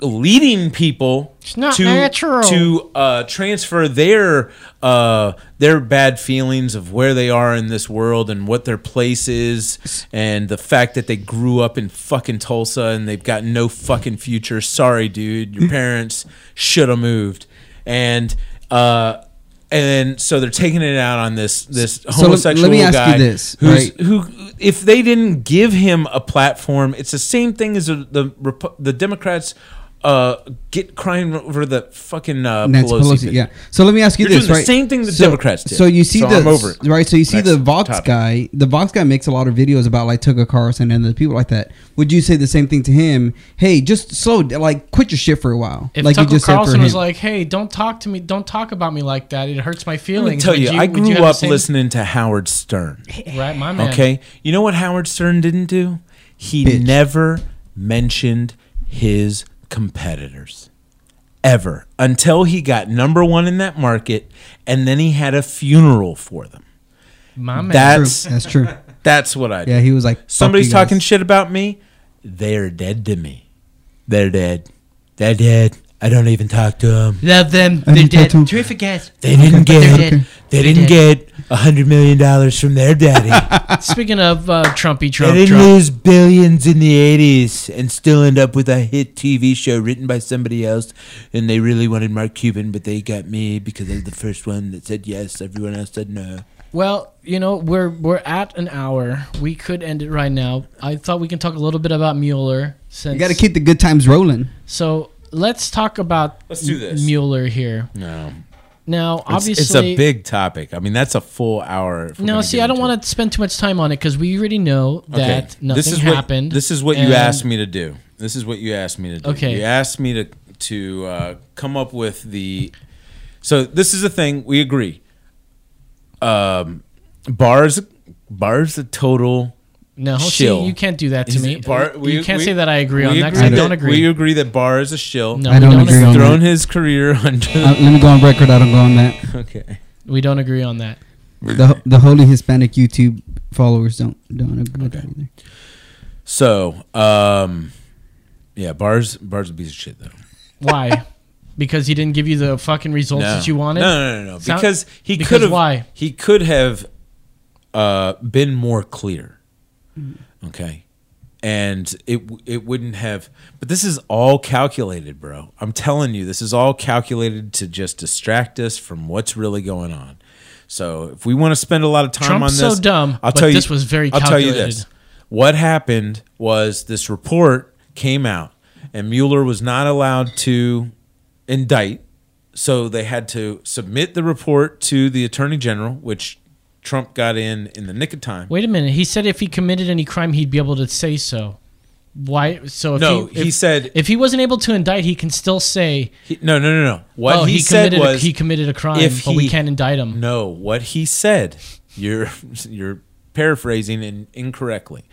D: leading people
I: not
D: to
I: natural.
D: to uh, transfer their uh, their bad feelings of where they are in this world and what their place is, and the fact that they grew up in fucking Tulsa and they've got no fucking future. Sorry, dude, your parents should have moved, and. Uh, and so they're taking it out on this this
K: So let- let me
D: homosexual
K: ask you
D: guy
K: this,
D: who's-
K: right?
D: who if they didn't give him a platform, it's the same thing as the the, Repu- the Democrats uh, get crying over the fucking uh,
K: Nancy
D: Pelosi.
K: Pelosi,
D: thing.
K: yeah. So let me ask you
D: You're
K: this,
D: doing the
K: right?
D: same thing the
K: so,
D: Democrats did.
K: So you see
D: So
K: the
D: I'm over it.
K: right? So you see
D: Next
K: the Vox
D: topic.
K: guy. The Vox guy makes a lot of videos about like Tucker Carlson and the people like that. Would you say the same thing to him? Hey, just slow, like quit your shit for a while,
I: if
K: like
I: Tucker
K: you just
I: Carlson
K: said for
I: was
K: him.
I: like, "Hey, don't talk to me. Don't talk about me like that. It hurts my
D: Let me
I: feelings."
D: tell
I: Would
D: you, I
I: would have
D: grew
I: the
D: up
I: same-
D: listening to Howard Stern.
I: Right, my man.
D: Okay, you know what Howard Stern didn't do? He never mentioned his competitors ever until he got number one in that market, and then he had a funeral for them.
I: My man.
D: That's
K: True. That's true.
D: That's what I. do.
K: Yeah, he was like, "Fuck
D: somebody's
K: you guys."
D: talking shit about me. They're dead to me. They're dead. They're dead. I don't even talk to them.
R: Love them.
D: I
R: They're
D: mean,
R: dead.
D: tattoo-
R: Terrific guys.
D: They didn't
R: But they're
D: get.
R: dead.
D: They
R: They're
D: didn't
R: dead.
D: get a hundred million dollars from their daddy.
I: Speaking of uh, Trumpy Trump,
D: they didn't
I: Trump.
D: lose billions in the eighties and still end up with a hit TV show written by somebody else. And they really wanted Mark Cuban, but they got me because I was the first one that said yes. Everyone else said no.
I: Well, you know, we're we're at an hour. We could end it right now. I thought we can talk a little bit about Mueller since
K: You got to keep the good times rolling.
I: So let's talk about
D: Let's do this.
I: Mueller here.
D: No.
I: Now,
D: It's-
I: obviously,
D: it's a big topic. I mean, that's a full hour. if we're
I: No,
D: gonna
I: see,
D: get
I: I don't want to spend too much time on it because we already know
D: Okay.
I: that nothing
D: this is
I: happened.
D: What, this is what you
I: and-
D: asked me to do. This is what you asked me to do.
I: Okay.
D: You asked me to to uh, come up with the. So this is the thing we agree. Um, bars, bars a total.
I: No, see,
D: shill.
I: you can't do that to
D: Is
I: me.
D: it Barr-
I: You
D: we-
I: can't
D: we-
I: say that I agree
D: we
I: on that 'cause I
D: that-
I: don't agree.
D: We agree that Barr is a shill.
I: No, I we don't don't agree agree on
D: He's thrown
I: that.
D: his career under.
K: Uh, let me go on record. I don't go on that.
D: Okay.
I: We don't agree on that.
K: The the holy Hispanic YouTube followers don't don't agree with that either.
D: So, um, yeah, bars, bars a piece of shit though.
I: Why? because he didn't give you the fucking results
D: No.
I: that you wanted.
D: No, no, no, no.
I: Sound-
D: Because he
I: because
D: could have.
I: Why?
D: He could have uh, been more clear.
I: Hmm.
D: Okay, and it w- it wouldn't have. But this is all calculated, bro. I'm telling you, this is all calculated to just distract us from what's really going on. So if we want to spend a lot of time
I: Trump's
D: on
I: so
D: this,
I: dumb,
D: I'll
I: but
D: tell you
I: this was very
D: I'll tell you
I: calculated.
D: this: what happened was this report came out, and Mueller was not allowed to indict. So they had to submit the report to the attorney general, which Trump got in in the nick of time.
I: Wait a minute. He said if he committed any crime, he'd be able to say so. Why? So if
D: No,
I: he, if,
D: he said-
I: if he wasn't able to indict, he can still say
D: He- no, no, no, no. What
I: Oh,
D: he,
I: he
D: said
I: committed a-
D: was
I: he committed a crime, but we can't indict him.
D: No, what he said, you're you're paraphrasing in, incorrectly.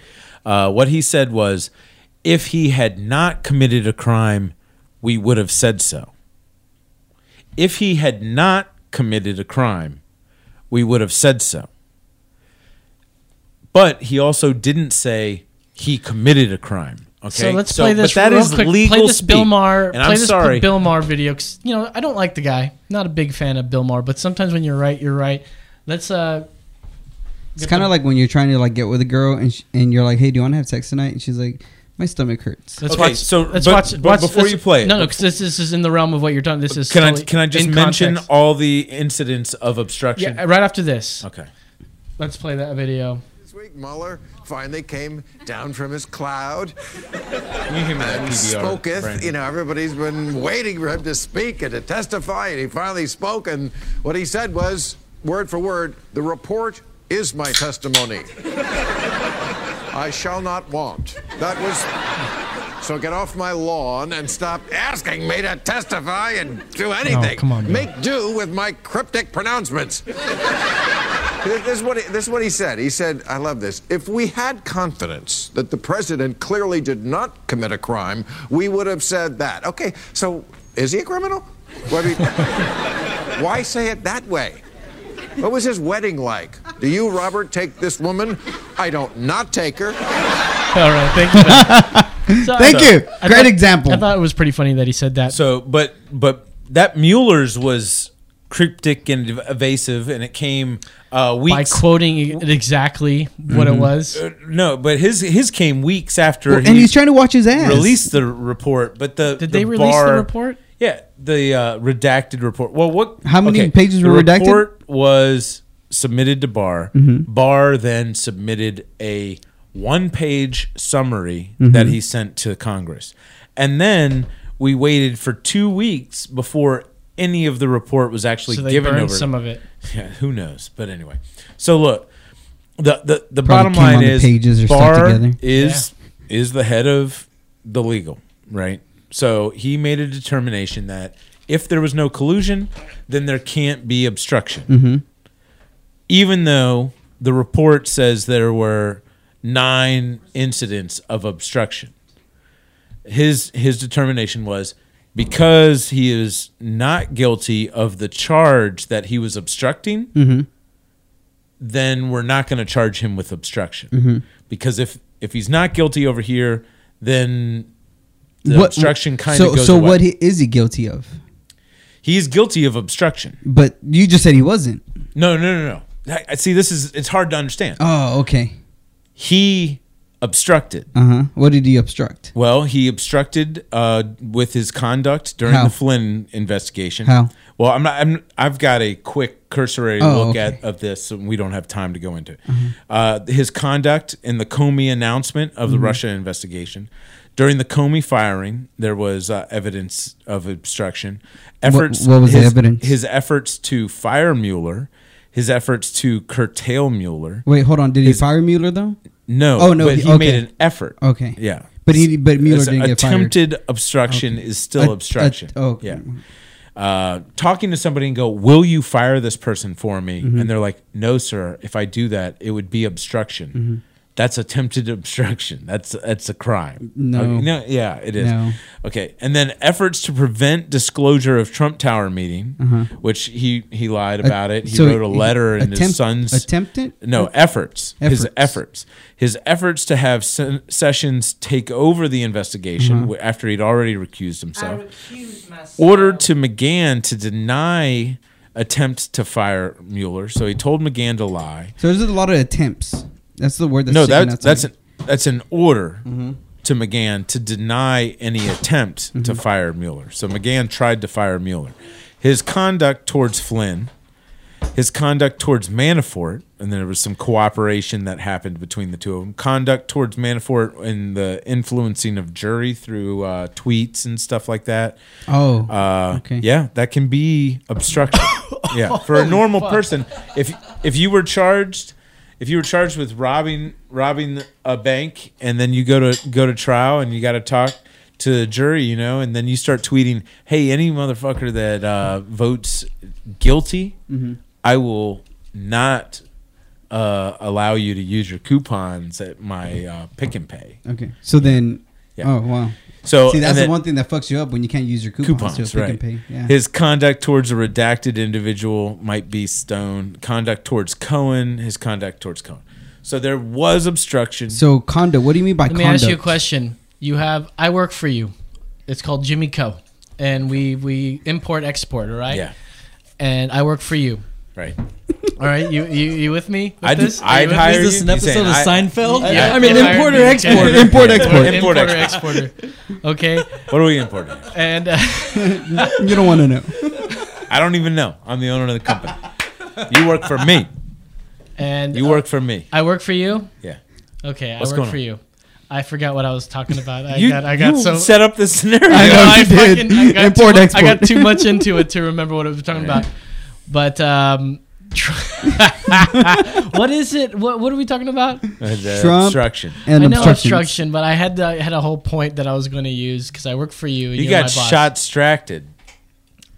D: Uh, what he said was, if he had not committed a crime, we would have said so. If he had not committed a crime, we would have said so. But he also didn't say he committed a crime. Okay,
I: So let's play this.
D: But that
I: real
D: is
I: quick.
D: legal
I: Play this Bill
D: speak.
I: Maher.
D: And
I: play
D: I'm
I: this
D: sorry.
I: Bill Maher video. 'cause, you know, I don't like the guy. Not a big fan of Bill Maher, but sometimes when you're right, you're right. Let's. uh
K: It's
I: get
K: kind
I: the-
K: of like when you're trying to like get with a girl and sh- and you're like, hey, do you want to have sex tonight? And she's like, my stomach hurts.
I: Let's
D: Okay,
I: watch.
D: so,
I: let's
D: but-
I: watch,
D: but
I: watch.
D: before
I: this-
D: you play it-
I: no, no, because this, this is in the realm of what you're talking. This is.
D: Can I
I: totally
D: can I just
I: in
D: mention
I: context.
D: all the incidents of obstruction?
I: Yeah, right after this.
D: Okay.
I: Let's play that video.
S: This week, Mueller finally came down from his cloud
D: You give me that
S: and
D: PBR,
S: spoketh.
D: Brandon.
S: You know, everybody's been waiting for him to speak and to testify, and he finally spoke. And what he said was, word for word, the report is my testimony. I shall not want. That was. So get off my lawn and stop asking me to testify and do anything.
I: come on, Bill.
S: Make do with my cryptic pronouncements. This this is, what he, this is what he said. He said, I love this. If we had confidence that the president clearly did not commit a crime, we would have said that. Okay, so is he a criminal? Well, I mean, why say it that way? What was his wedding like? Do you, Robert, take this woman? I don't not take her.
I: All right, thank you. man.
K: Thank you.
I: I
K: Great
I: thought-
K: example.
I: I thought it was pretty funny that he said that.
D: So, but but that Mueller's was cryptic and ev- evasive, and it came uh, weeks
I: by quoting it exactly what it
D: Mhm.
I: was.
D: Uh, no, but his his came weeks after,
K: Well, and he's trying to watch his ass.
D: Released the report, but the did
I: they release the report?
D: Yeah, the uh, redacted report. Well, what?
K: How many pages
D: the
K: were redacted?
D: Report was submitted to Barr.
K: Mhm.
D: Barr then submitted a one-page summary
K: Mhm.
D: that he sent to Congress, and then we waited for two weeks before any of the report was actually
I: So they
D: given
I: burned
D: over.
I: some of it.
D: Yeah, who knows? But anyway, so look, the the, the
K: Probably
D: bottom
K: came on
D: line
K: the
D: is
K: pages or stuck
D: Barr
K: together.
D: is is the head of the legal, right? So he made a determination that if there was no collusion, then there can't be obstruction.
K: Mhm.
D: Even though the report says there were nine incidents of obstruction. His his determination was because he is not guilty of the charge that he was obstructing,
K: Mm-hmm.
D: then we're not going to charge him with obstruction
K: Mhm.
D: because if if he's not guilty over here then the obstruction kind of
K: so,
D: goes
K: So
D: away.
K: what he, is he guilty of?
D: He's guilty of obstruction.
K: But you just said he wasn't.
D: No, no, no, no. I- I see. This is it's hard to understand.
K: Oh, okay.
D: He obstructed.
K: Uh huh. What did he obstruct?
D: Well, he obstructed uh, with his conduct during
K: How?
D: the Flynn investigation.
K: How?
D: Well, I'm not. I'm, I've got a quick cursory
K: Oh,
D: look
K: okay. Mm-hmm.
D: at of this, and we don't have time to go into it. Uh, his conduct in the Comey announcement of the
K: Mm-hmm.
R: Mhm.
D: Russia investigation. During the Comey firing, there was uh, evidence of obstruction. Efforts.
K: what was the
D: his-
K: evidence?
D: His efforts to fire Mueller. His efforts to curtail Mueller.
K: Wait, hold on. Did he fire Mueller though?
D: No.
K: Oh no.
D: But he
K: okay.
D: made an effort.
K: Okay.
D: Yeah.
K: But he. But Mueller
D: It's
K: didn't get fired.
D: Attempted obstruction
K: Okay.
D: is still
K: A- oh.
D: obstruction.
K: a- okay.
D: Yeah. Uh, talking to somebody and go, will you fire this person for me?
K: Mhm.
D: And they're like, no, sir. If I do that, it would be obstruction.
K: Mhm.
D: That's attempted obstruction. That's that's a crime.
K: No.
D: Okay, no, yeah, it is.
K: No.
D: Okay, and then efforts to prevent disclosure of Trump Tower meeting,
K: Uh-huh.
D: which he he lied
K: Uh,
D: about it. He
K: so
D: wrote a
K: he-
D: letter in his
K: attempt-
D: son's
K: attempted?
D: No, efforts. His
K: Efforts.
D: efforts. His efforts to have sen- Sessions take over the investigation
K: Uh-huh.
D: w- after he'd already recused himself. Ordered to McGahn to deny attempts to fire Mueller, so he told McGahn to lie.
K: So there's a lot of attempts. That's the word. That's
D: no,
K: sticking out
D: that,
K: to
D: that's
K: me.
D: an that's an order
K: Mhm.
D: to McGahn to deny any attempt to fire Mueller. So McGahn tried to fire Mueller. His conduct towards Flynn, his conduct towards Manafort, and there was some cooperation that happened between the two of them. Conduct towards Manafort and the influencing of jury through uh, tweets and stuff like that.
K: Oh,
D: uh,
K: okay.
D: yeah, that can be obstruction. yeah, for a
K: Holy
D: normal
K: fuck.
D: person, if if you were charged if you were charged with robbing robbing a bank and then you go to go to trial and you got to talk to the jury, you know, and then you start tweeting, "Hey, any motherfucker that uh, votes guilty,
K: Mhm.
D: I will not uh, allow you to use your coupons at my uh, pick and pay."
K: Okay. So then.
D: Yeah.
K: Oh wow.
D: So,
K: see,
D: and
K: that's
D: then-
K: the one thing that fucks you up when you can't use your coupons.
D: coupons,
K: so pick
D: right?
K: and pay. Yeah.
D: His conduct towards a redacted individual might be Stone. Conduct towards Cohen. His conduct towards Cohen. So there was obstruction.
K: so conduct. What do you mean by
I: Let me
K: conduct?
I: ask you a question. You have I work for you. It's called Jimmy Co. And we we import export, all right?
D: Yeah.
I: And I work for you.
D: Right.
I: All right, you you, you with me? With
D: I'd-
I: this? Are you
D: I'd
I: with me?
D: hire
L: Is this an
D: you saying
L: episode of
D: I-
L: Seinfeld?
D: Yeah.
L: I mean,
I: You'd hire
L: importer,
I: me.
L: exporter. Import,
I: Import, export.
L: export.
I: Importer, exporter. Okay.
D: What are we importing?
I: And uh,
K: you don't want to know.
D: I don't even know. I'm the owner of the company. You work for me.
I: And uh,
D: You work for me.
I: I work for you.
D: Yeah.
I: Okay,
D: What's
I: I
D: going
I: work
D: on?
I: for you. I forgot what I was talking about. I
D: You-
I: got I got
D: you
I: so
D: set up the scenario.
I: I,
D: I
I: know,
D: know
I: I
D: you did.
I: fucking I got,
D: Import,
I: too, mu-
D: export.
I: I got too much into it to remember what I was talking about. But um, tr- what is it? What what are we talking about?
D: the Trump obstruction. and
I: I know
D: obstructions.
I: obstruction, but I had the, I had a whole point that I was going to use because I work for you. And
D: You
I: are my
D: got
I: boss.
D: shot distracted.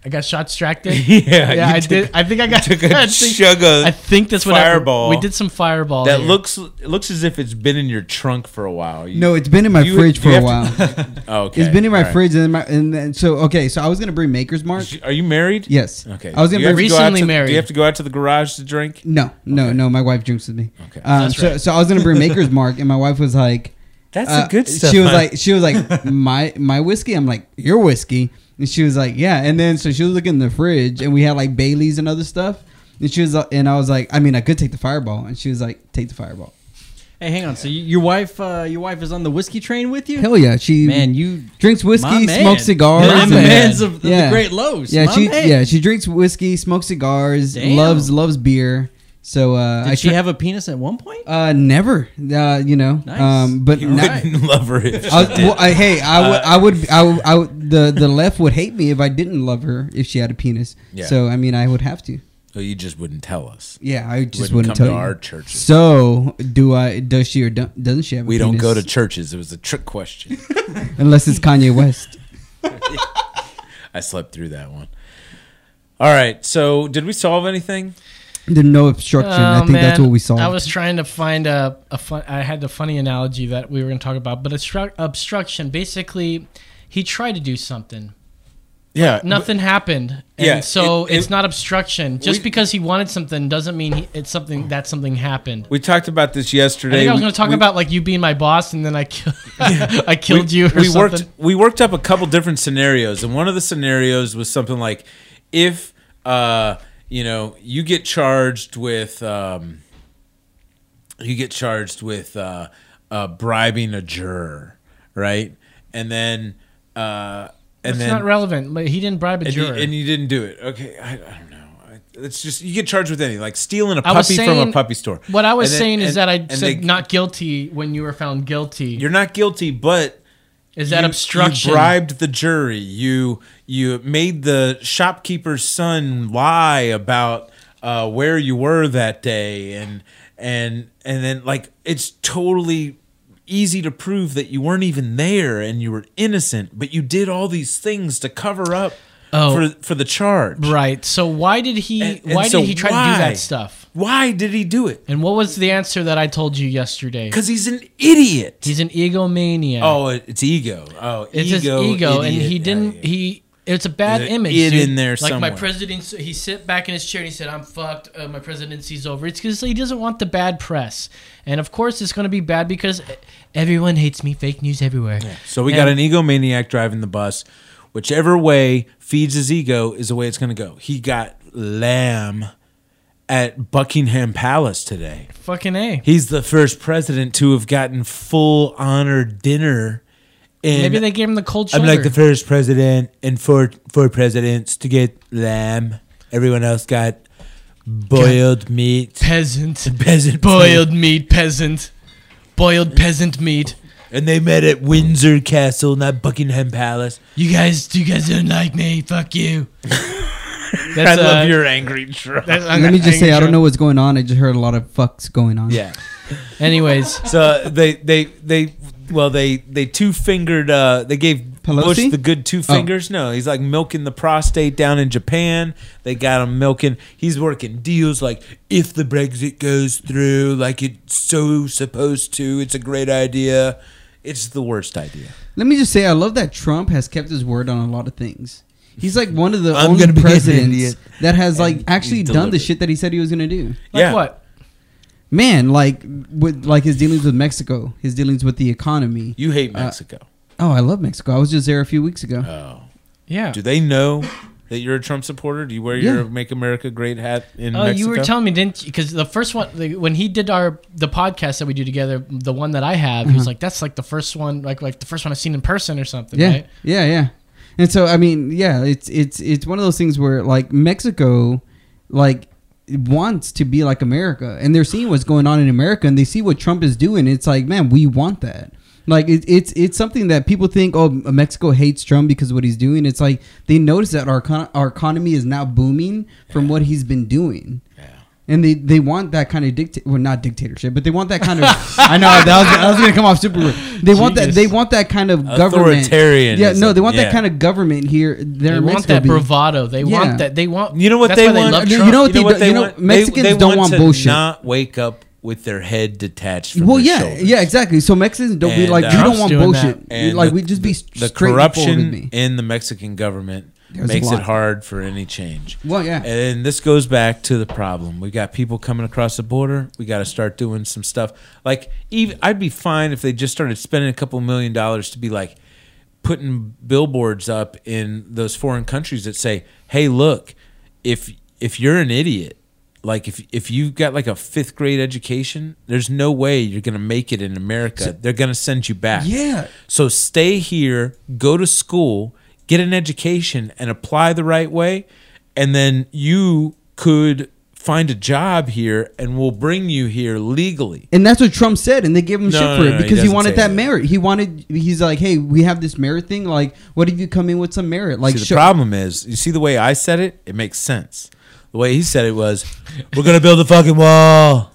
I: I got shot distracted.
D: Yeah,
I: yeah,
D: you
I: I
D: took-
I: did. I think I got
D: you took a
I: I think-
D: chug of
I: I think that's what happened.
D: fireball
I: we did some fireball.
D: That
I: here.
D: looks it looks as if it's been in your trunk for a while. You-
K: No, it's been in my
D: you-
K: fridge
D: you
K: for a while.
D: have to- oh, okay.
K: It's been in my
D: All right.
K: fridge and my and then, so okay. So I was gonna bring Maker's Mark.
D: Are you married?
K: Yes.
D: Okay.
K: I was
D: Do
K: gonna
D: you have
K: bring
D: to go out to- Do you have to go out to the garage to drink?
K: No, no, no. My wife drinks with me.
D: Okay.
K: Um,
D: That's
K: so,
D: right.
K: so I was gonna bring Maker's Mark, and my wife was like, uh,
D: That's the good stuff,
K: She was
D: huh?
K: like, she was like, my my whiskey. I'm like, your whiskey, and she was like, yeah. And then so she was looking in the fridge, and we had like Bailey's and other stuff. And she was, like- and I was like, I mean, I could take the Fireball, and she was like, take the Fireball.
L: Hey, hang on. So you, your wife, uh, your wife is on the whiskey train with you?
K: Hell yeah, she
L: man, you
K: drinks whiskey,
L: My man.
K: smokes cigars.
L: My
K: and-
L: man's of the great lows.
K: Yeah,
L: My
K: she
L: man.
K: yeah she drinks whiskey, smokes cigars,
L: Damn.
K: loves loves beer. So uh,
L: Did
K: I
L: she
K: tr-
L: have a penis at one point?
K: Uh, never. Uh, you know.
L: Nice.
K: Um, but
L: You
K: now-
L: wouldn't love her if she
K: I, was-
L: did.
K: well, I- hey, I would,
L: Uh,
K: I would, I would, I would, the the left would hate me if I didn't love her if she had a penis.
D: Yeah.
K: So I mean, I would have to.
D: Oh, you just wouldn't tell us.
K: Yeah, I just
D: Wouldn't come
K: wouldn't, tell
D: to
K: you.
D: our churches.
K: So do I? Does she or do, doesn't she have?
D: We
K: a
D: don't
K: penis?
D: go to churches. It was a trick question.
K: unless it's Kanye West.
D: I slept through that one. All right. So, did we solve anything?
K: There's no obstruction. I
I: Oh,
K: think that's
I: man.
K: what we saw.
I: I was trying to find a, a fun. I had the funny analogy that we were going to talk about, but obstru- obstruction. Basically, he tried to do something,
D: Yeah,
I: nothing happened. And
D: Yeah,
I: so
D: it-
I: it's
D: it-
I: not obstruction. Just
D: We-
I: because he wanted something doesn't mean he, it's something that something happened.
D: We talked about this yesterday.
I: I think I was
D: We-
I: going to talk
D: we-
I: about like you being my boss, and then I, kill- I killed
D: we-
I: you. Or
D: we
I: something.
D: worked we worked up a couple different scenarios, and one of the scenarios was something like if uh, you know you get charged with um, you get charged with uh, uh, bribing a juror, right? And then uh, and
I: It's
D: then
I: not relevant. But he didn't bribe a
D: and you,
I: juror.
D: and you didn't do it. Okay, I, I don't know. I- It's just you get charged with anything, like stealing a
I: I was
D: puppy from a
I: saying-
D: puppy store.
I: What I
D: And
I: was
D: then-
I: saying is
D: and-
I: that I
D: and
I: said
D: they-
I: not guilty when you were found guilty.
D: You're not guilty, but
I: Is that
D: you-
I: obstruction?
D: You bribed the jury. You you made the shopkeeper's son lie about uh, where you were that day, and and and then like it's totally easy to prove that you weren't even there and you were innocent, but you did all these things to cover up
I: Oh.
D: for for the charge.
I: Right. So why did he?
D: And- and
I: why
D: so
I: did he try to do
D: why?
I: that stuff?
D: Why did he do it?
I: And what was the answer that I told you yesterday?
D: Because he's an idiot.
I: He's an egomaniac.
D: Oh, it- it's ego. Oh,
I: it's
D: ego,
I: his ego,
D: idiot.
I: and he didn't. He it's a bad
D: There's an
I: image.
D: id
I: dude.
D: in there
I: like
D: somewhere.
I: my president, he sit back in his chair and he said, "I'm fucked. Uh, my presidency's over." It's because he doesn't want the bad press, and of course it's going to be bad because everyone hates me. Fake news everywhere.
D: So we got an
I: And-
D: egomaniac driving the bus. Whichever way feeds his ego is the way it's going to go. He got lamb at Buckingham Palace today.
I: Fucking A.
D: He's the first president to have gotten full honor dinner. in-
I: Maybe they gave him the cold
D: I'm like
I: shoulder.
D: the first president and four four presidents to get lamb. Everyone else got boiled meat.
I: Peasant.
D: Peasant.
I: boiled meat peasant, boiled peasant meat.
D: And they met at Windsor Castle, not Buckingham Palace.
I: You guys, you guys don't like me. Fuck you. uh,
D: I love your angry drunk.
K: Let me just say, I don't know what's going on. I just heard a lot of fucks going on.
D: Yeah.
I: Anyways,
D: so they they they well they they two fingered. uh They gave Bush
K: Pelosi?
D: the good two
K: Oh.
D: fingers. No, he's like milking the prostate down in Japan. They got him milking. He's working deals like if the Brexit goes through, like it's so supposed to. It's a great idea. It's the worst idea.
K: Let me just say, I love that Trump has kept his word on a lot of things. He's like one of the
D: I'm
K: only
D: gonna be an
K: presidents
D: idiot.
K: that has like
D: And
K: actually
D: he's
K: done the
D: deliberate.
K: shit that he said he was gonna do.
I: Like Yeah. what?
K: Man, like with like his dealings with Mexico, his dealings with the economy.
D: You hate
K: Uh,
D: Mexico.
K: oh, I love Mexico. I was just there a few weeks ago. Oh,
I: yeah.
D: Do they know that you're a Trump supporter? Do you wear your
K: Yeah.
D: Make America Great hat in
I: Oh,
D: Mexico?
I: you were telling me, didn't you? Because the first one, the, when he did our the podcast that we do together, the one that I have, he was
K: Mhm.
I: like, "That's like the first one, like like the first one I've seen in person or something."
K: yeah,
I: Right?
K: yeah, yeah. And so I mean, yeah, it's it's it's one of those things where like Mexico, like wants to be like America, and they're seeing what's going on in America, and they see what Trump is doing. It's like, man, we want that. Like it, it's it's something that people think oh Mexico hates Trump because of what he's doing. It's like they notice that our econ- our economy is now booming from what he's been doing, and they, they want that kind of dicta- well not dictatorship, but they want that kind of I know that was, that was gonna come off super rude. They want that
I: Jesus.
K: they want that kind of government
D: Authoritarianism,
K: Yeah, no, they want
D: yeah.
K: that kind of government here. There
I: They
K: in
I: want
K: Mexico
I: that
K: be-
I: bravado. They
K: Yeah.
I: want that. They want.
D: You know what
I: that's
D: they
I: why
D: want?
I: love
K: You
I: Trump.
K: know what they do- you know, Mexicans don't want
D: to
K: bullshit.
D: Not wake up with their head detached. From
K: Well,
D: their
K: yeah,
D: shoulders.
K: yeah, exactly. So Mexicans don't be
D: And,
K: like
D: uh,
K: we don't want bullshit.
D: And
K: Like
D: the-
K: we just be
D: the
K: straightforward with
D: corruption
K: me.
D: in the Mexican government
K: There's a
D: makes it
K: lot.
D: hard for any change.
K: Well, yeah.
D: and this goes back to the problem. We got people coming across the border. We got to start doing some stuff. Like, even I'd be fine if they just started spending a couple million dollars to be like putting billboards up in those foreign countries that say, "Hey, look, if if you're an idiot." Like if if you've got like a fifth grade education, there's no way you're gonna make it in America. They're gonna send you back.
K: Yeah.
D: So stay here, go to school, get an education, and apply the right way. And then you could find a job here and we'll bring you here legally.
K: And that's what Trump said, and they gave him
D: No,
K: shit
D: no,
K: for
D: no,
K: it
D: no, he
K: because he,
D: doesn't say
K: wanted that
D: that.
K: merit. He wanted. He's like, hey, we have this merit thing. Like, what if you come in with some merit? Like,
D: see, the
K: show-
D: problem is, you see the way I said it, it makes sense. The way he said it was, we're going to build a fucking wall.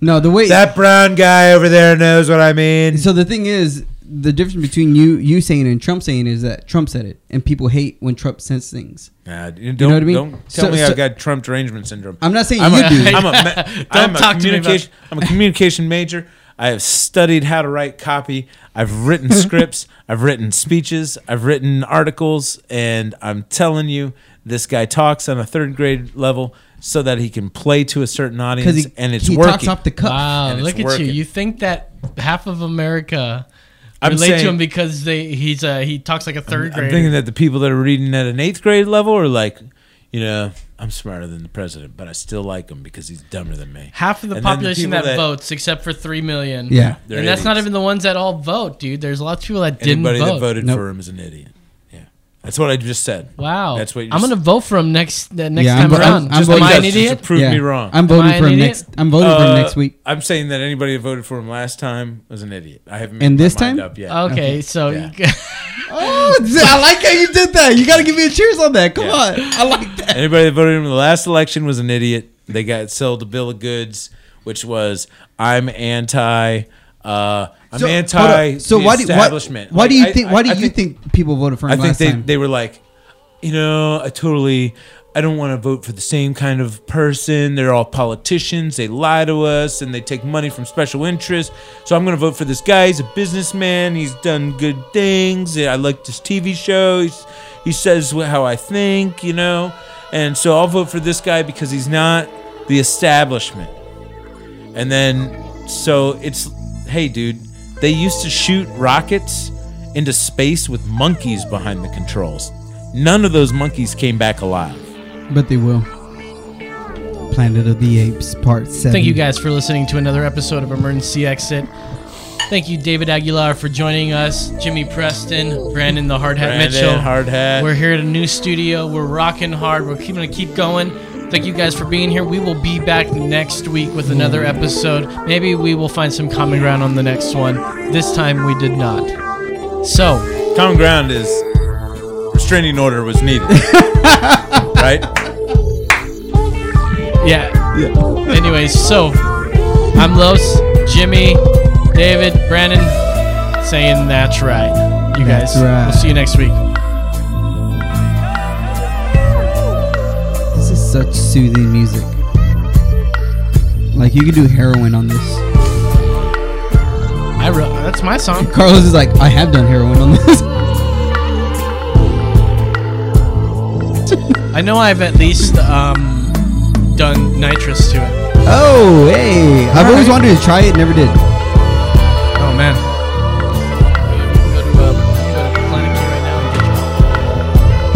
K: No, the way
D: that brown guy over there knows what I mean.
K: So the thing is, the difference between you you saying and Trump saying is that Trump said it, and people hate when Trump says things.
D: Nah, you don't,
K: know what I mean?
D: Don't tell
K: So-
D: me
K: so-
D: I've got Trump derangement syndrome.
K: I'm not saying
D: I'm
K: you
D: a,
K: do.
D: I'm a, ma-
K: Don't
D: I'm a
K: talk to me about-
D: communication. I'm a communication major. I have studied how to write copy. I've written scripts. I've written speeches. I've written articles. And I'm telling you, this guy talks on a third grade level so that he can play to a certain audience. and it's
K: he
D: working.
K: talks off the cuff.
I: Wow,
D: And it's
I: look at you.
D: working.
I: You think that half of America
D: I'm
I: relate
D: saying-
I: to him because they he's uh, he talks like a 3rd grader.
D: I'm thinking that the people that are reading at an eighth grade level are like, you know, I'm smarter than the president, but I still like him because he's dumber than me.
I: half of the
D: And then
I: population
D: people
I: that, votes, except for three million.
D: Yeah.
I: and
D: They're
I: that's not
D: idiots.
I: even the ones that all vote, dude. There's lots of people that didn't
D: Anybody
I: vote.
D: that voted for him is an idiot. Yeah, that's what I just said.
I: Wow,
D: that's what you
I: I'm
D: just-
I: gonna vote for him next the next
D: Yeah, I'm
I: time
D: vo- I'm-
I: around.
D: I'm
I: Just
D: voting
I: am I
D: for
I: an
D: him.
I: idiot?
D: Just to prove me wrong.
K: I'm
I: Am
K: voting
I: I
K: for
I: an
K: him
I: idiot?
K: next. I'm voting for him
D: Uh,
K: next week.
D: I'm saying that anybody that voted for him last time was an idiot. I haven't. made
K: And
D: my
K: this
D: mind
K: time?
D: up yet.
I: Okay, so
D: Yeah.
I: you,
K: Oh, I like how you did that. You got to give me a cheers on that. Come on, I like that.
D: Anybody that voted in the last election was an idiot. They got sold a bill of goods, which was I'm anti. Uh, I'm
K: So- hold
D: anti.
K: on. So
D: the
K: why do
D: establishment.
K: why, why
D: Like,
K: do you
D: I-
K: think why
D: I-
K: do
D: I
K: you think, people voted for him
D: I think
K: last
D: they,
K: time?
D: they were like, you know, I totally, I don't want to vote for the same kind of person. They're all politicians. They lie to us and they take money from special interests. So I'm going to vote for this guy. He's a businessman. He's done good things. I like this TV show. He's, he says wh- how I think, you know. And so I'll vote for this guy because he's not the establishment. And then, so it's, hey, dude, they used to shoot rockets into space with monkeys behind the controls. None of those monkeys came back alive.
K: but they will. Planet of the Apes Part Seven.
I: Thank you guys for listening to another episode of Emergency Exit. Thank you, David Aguilar, for joining us. Jimmy Preston, Brandon the Hard Hat
D: Brandon
I: Mitchell.
D: Hard Hat.
I: We're here at a new studio. We're rocking hard. We're keep, gonna keep going. Thank you guys for being here. We will be back next week with another episode. Maybe we will find some common ground on the next one. This time we did not. So,
D: common ground is restraining order was needed. right?
I: Yeah. Anyways, so I'm Los, Jimmy, David, Brandon, saying that's right. You
K: That's
I: guys,
K: right.
I: we'll see you next week.
K: This is such soothing music. Like you could do heroin on this.
I: I wrote, that's my song.
K: Carlos is like, I have done heroin on this.
I: I know I've at least um, done nitrous to it.
K: Oh, hey! I've always wanted to try it, never did.
I: Oh man. Go to, uh, go to Planet Q right now and get your-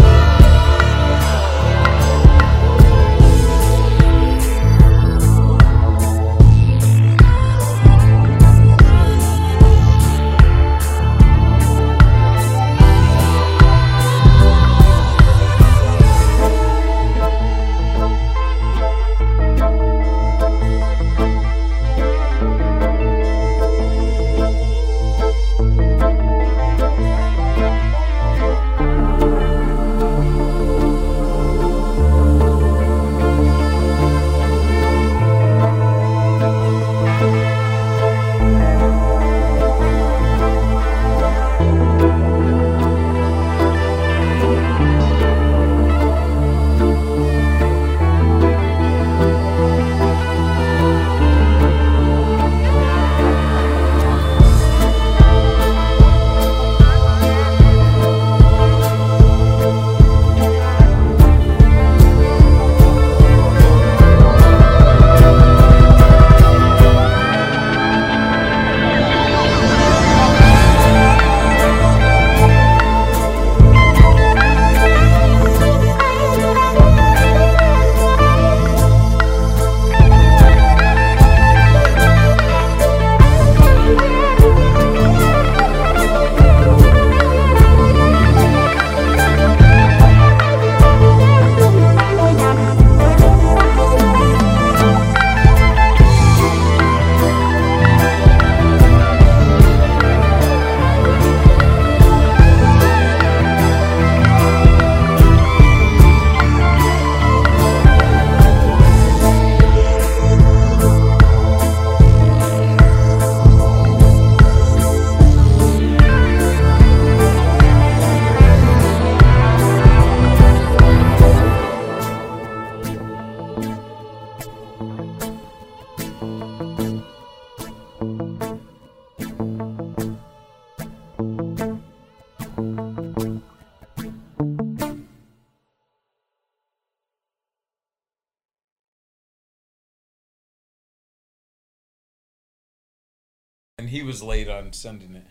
D: he was late on sending it.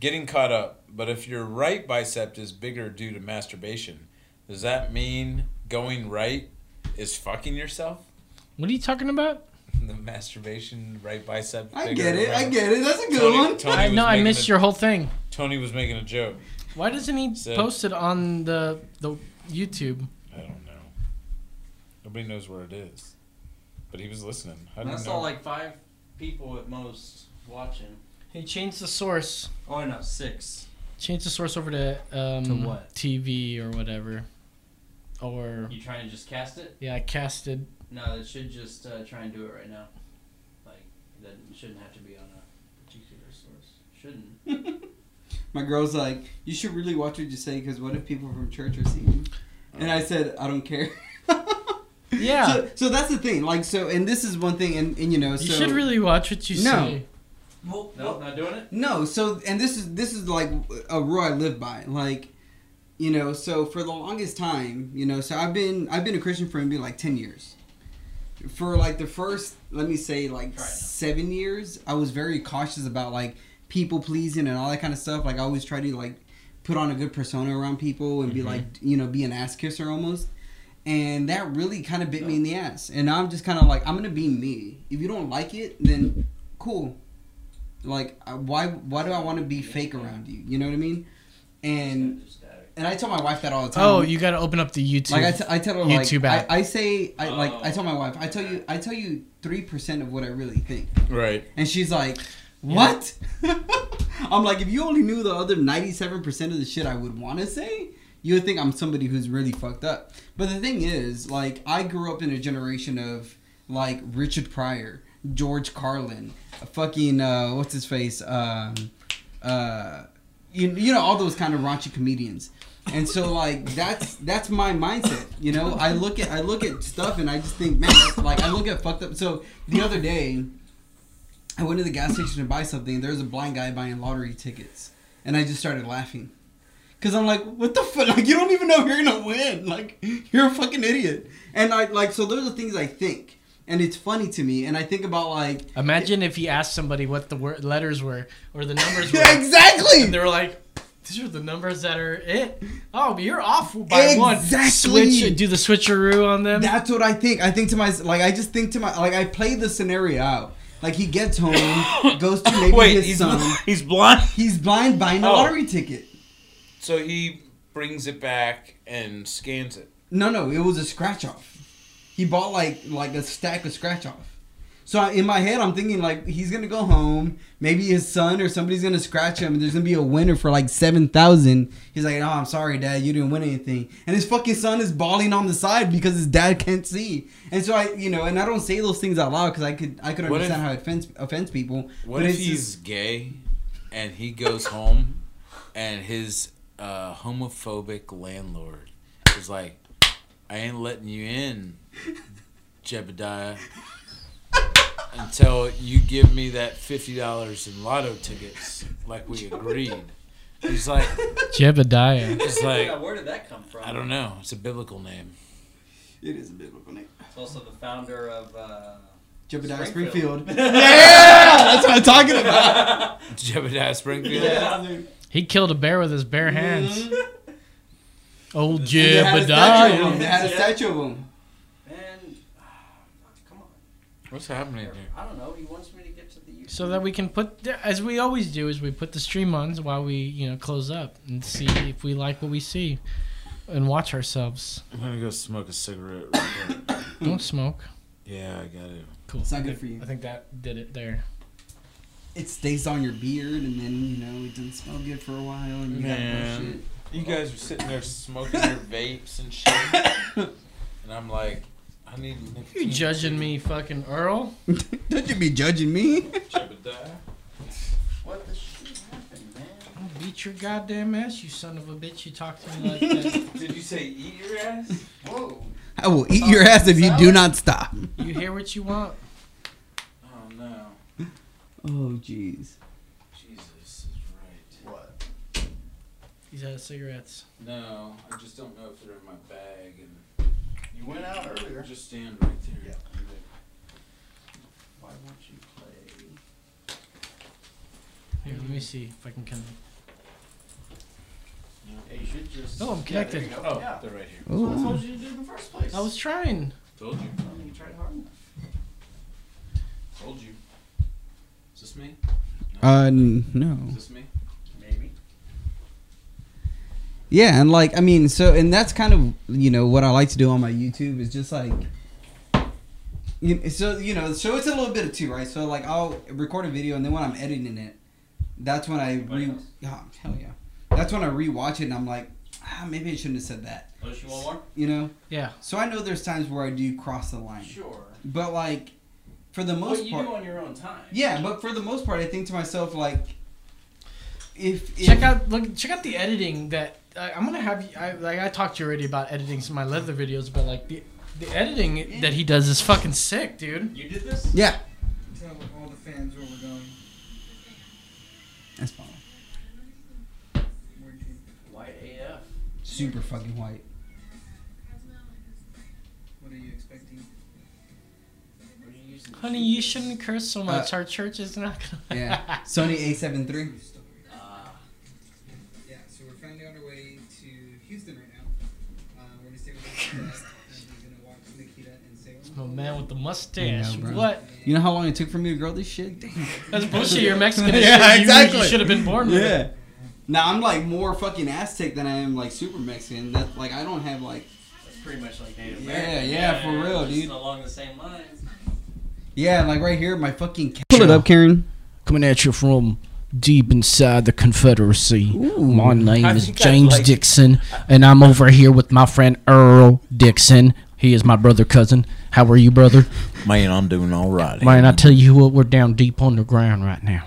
D: Getting caught up, but if your right bicep is bigger due to masturbation, does that mean going right is fucking yourself?
I: What are you talking about?
D: The masturbation right bicep.
K: I
D: bigger
K: get it,
D: or
K: I
D: whatever.
K: get it, that's a good
D: Tony-
K: one.
D: Tony
I: I
D: was
I: know I
D: making
I: missed
D: a-
I: your whole thing.
D: Tony was making a joke.
I: Why doesn't he
D: So-
I: post it on the the YouTube?
D: I don't know. Nobody knows where it is, but he was listening. I don't
L: I
D: know.
L: saw like five people at most watching.
I: He changed the source.
L: Oh no, six.
I: Change the source over to um
L: To what?
I: TV or whatever. Or
L: You trying to just cast it?
I: yeah, I casted.
L: No, it should just uh, try and do it right now. Like that shouldn't have to be on a particular source. Shouldn't.
K: My girl's like, you should really watch what you say because what if people from church are seeing? you?" And I said, I don't care.
I: Yeah.
K: So, so that's the thing. Like, so, and this is one thing, and, and you know,
I: You
K: so
I: should really watch what you
K: No.
I: say.
L: no, not doing it.
K: No, so and this is this is like a rule I live by. Like, you know, so for the longest time, you know, so I've been I've been a Christian for maybe like ten years. For like the first, let me say like seven years, I was very cautious about like people pleasing and all that kind of stuff. Like I always try to like put on a good persona around people and be
I: Mm-hmm.
K: like you know be an ass kisser almost. And that really kind of bit me in the ass. And I'm just kind of like I'm gonna be me. If you don't like it, then cool like I- why why do I want to be fake around you? You know what I mean? And and I tell my wife that all the time.
I: Oh, you got to open up the YouTube.
K: Um, like I, t- I tell her like
I: YouTube app.
K: I, I say I like I tell my wife I tell you I tell you three percent of what I really think,
D: Right.
K: and she's like, what? I'm like, if you only knew the other ninety seven percent of the shit I would want to say. You would think I'm somebody who's really fucked up. But the thing is, like, I grew up in a generation of, like, Richard Pryor, George Carlin, fucking, uh, what's his face? Um, uh, you, you know all those kind of raunchy comedians and so like that's that's my mindset you know i look at i look at stuff and i just think man like i look at fucked up so the other day i went to the gas station to buy something and there was a blind guy buying lottery tickets and i just started laughing because i'm like what the fuck like you don't even know if you're gonna win like you're a fucking idiot and i like so those are things i think and it's funny to me and i think about like
I: Imagine if he asked somebody what the word, letters were or the numbers were.
K: Yeah, exactly.
I: And they were like, "These are the numbers that are it." Oh, but you're off by one.
K: Exactly.
I: Switch. Do the switcheroo on them.
K: That's what I think. I think to my like I just think to my like I play the scenario out. Like he gets home, goes to maybe
D: Wait,
K: his
D: he's
K: son.
D: bl- he's blind.
K: He's blind buying a
D: Oh.
K: lottery ticket.
D: So he brings it back and scans it.
K: No, no, it was a scratch off. He bought like like a stack of scratch off. So I- in my head, I'm thinking like he's gonna go home. Maybe his son or somebody's gonna scratch him. And there's gonna be a winner for like seven thousand. He's like, "No, I'm sorry, Dad, you didn't win anything." And his fucking son is bawling on the side because his dad can't see. And so I, you know, and I don't say those things out loud because I could I could
D: What if-
K: understand how it offends offends people.
D: What
K: But
D: if
K: it's
D: he's
K: just-
D: gay and he goes home and his uh, homophobic landlord is like, I ain't letting you in, Jebediah, until you give me that $50 in lotto tickets like we agreed. He's like,
I: Jebediah.
D: It's like,
L: Yeah, where did that come from?
D: I don't know. It's a biblical name.
K: It is a biblical name.
L: It's also the founder of. Uh,
K: Jebediah Springfield.
D: Jebediah Springfield.
L: Yeah.
I: He killed a bear with his bare hands. Oh, Old
K: They had a statue of him. They
I: Jebediah.
K: had a statue of him.
D: What's happening here?
L: I don't know. He wants me to get to the YouTube.
I: So that we can put, as we always do, is we put the stream on while we, you know, close up and see if we like what we see, and watch ourselves.
D: I'm going to go smoke a cigarette. Real quick.
I: Don't smoke.
D: Yeah, I got it.
I: Cool.
K: It's not good for you.
I: I think that did it there.
K: it stays on your beard and then you know it doesn't smell good for a while and you got
D: Man,
K: shit.
D: you guys were sitting there smoking your vapes and shit, and I'm like, I need
I: You
D: nicotine.
I: judging me, fucking Earl?
K: Don't you be judging me?
D: Jebediah.
L: What the shit happened, man?
I: I'll beat your goddamn ass, you son of a bitch. You talk to me like that.
D: Did you say eat your ass?
L: Whoa.
K: I will eat your ass if you do not stop.
I: You hear what you want.
D: Oh no,
K: Oh jeez.
D: Jesus is right. What?
I: He's out of cigarettes.
D: No, I just don't know if they're in my bag. And
L: You went out earlier.
D: Just stand right there.
L: Why won't you play?
G: Here, let me see if I can connect.
D: you should just.
G: No, I'm connected.
D: Yeah, there you go. Oh, they're right here.
G: That's what
D: Ooh.
G: I told you to do in the first place. I was trying.
D: Told you.
G: You tried hard enough.
D: Told you. Is this me?
K: Uh, n- no.
D: Is this me? Maybe.
K: Yeah, and like I mean, so and that's kind of you know what I like to do on my YouTube is just like. You, so you know, so it's a little bit of two, right? So like I'll record a video, and then when I'm editing it, that's when I re. Oh, hell yeah, that's when I rewatch it, and I'm like, ah, maybe I shouldn't have said that.
T: Oh, she want more?
K: You know.
G: Yeah.
K: So I know there's times where I do cross the line.
T: Sure.
K: But like, for the most
T: What you
K: part,
T: do on your own time.
K: yeah. But for the most part, I think to myself like, if, if
G: Check out look. Check out the editing that I I'm gonna have. you- I like I talked to you already about editing some of my leather videos, but like the the editing that he does is fucking sick, dude.
T: You did this?
K: Yeah.
U: Tell all the fans where we're going.
K: That's fine.
T: White AF.
K: Super fucking white.
U: What are you expecting?
G: Honey, you shouldn't curse so much.
K: Uh,
G: Our church is not gonna.
K: Yeah. Sony A7 III.
U: Uh, Yeah, so we're finally on our way to Houston right now. Uh, we're gonna stay with Nikita, and we're gonna walk with Nikita and say,
G: My man with the mustache.
K: I know, Oh, bro.
G: what?
K: You know how long it took for me to grow this shit? Damn.
G: That's bullshit, you're Mexican as shit. You- you should have been born with
K: Yeah.
G: it.
K: Now I'm like more fucking Aztec than I am like super Mexican. That like I don't have like
T: That's pretty much like Native
K: Yeah,
T: American.
K: yeah, for real,
T: just
K: dude.
T: Along the same lines.
K: yeah like right here my fucking
G: Pull it
K: up, Karen.
G: Coming at you from deep inside the Confederacy. My name
T: I
G: is
T: think I
G: James
T: like-
G: Dixon, and I'm over here with my friend Earl Dixon. He is my brother cousin. How are you, brother?
D: Man, I'm doing all right.
G: Man, I tell you what, we're down deep on the ground right now.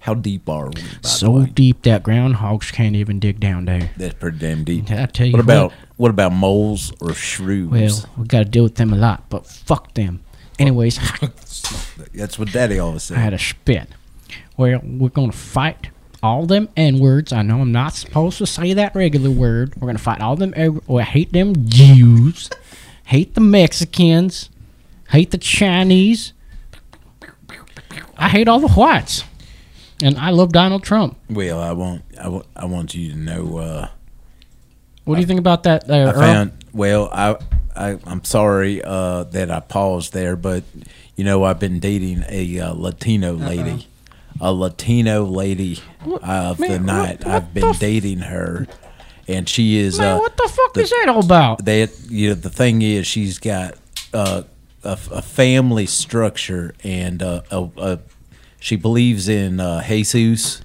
D: How deep are we?
G: So deep that groundhogs can't even dig down there.
D: That's pretty damn deep.
G: I tell you
D: what
G: what.
D: about what about moles or shrews?
G: Well, we got to deal with them a lot, but fuck them. Anyways,
D: That's what Daddy always said.
G: I had a spit. Well, we're going to fight all them N words. I know I'm not supposed to say that regular word. We're going to fight all them. N- Oh, I hate them Jews. hate the Mexicans. Hate the Chinese. I hate all the whites. And I love Donald Trump.
D: Well, I want I want I want you to know. Uh,
G: What do you think about that, uh,
D: I
G: Earl?
D: found well. I, I I'm sorry uh, that I paused there, but you know I've been dating a uh, Latino
G: Uh-uh.
D: lady, a Latino lady of the night. I've been dating her, and she is. uh,
G: what the fuck is that all about?
D: That you know, the thing is, she's got uh, a, f- a family structure, and uh, a, a, she believes in uh, Jesus.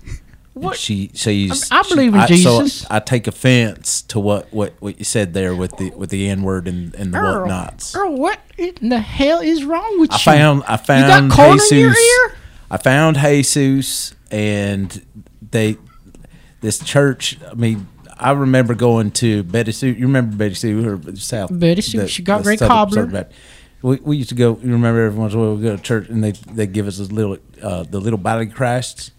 G: What?
D: She she's.
G: I- I believe in
D: she, so
G: Jesus.
D: I take offense to what, what, what you said there with the with the n word and, and the
G: Earl,
D: whatnots.
G: Earl, what in the hell is wrong with
D: I
G: you?
D: found I
G: You
D: found
G: got corn
D: Jesus.
G: in your ear?
D: I found Jesus, and they this church. I mean, I remember going to Betty Sue. You remember Betty Sue? Her South
G: Betty Sue, she got Ray
D: Southern-
G: Cobbler.
D: Southern Baptist. we, we used to go. You remember every once in a while we go to church and they they give us this little uh, the little body of Christ.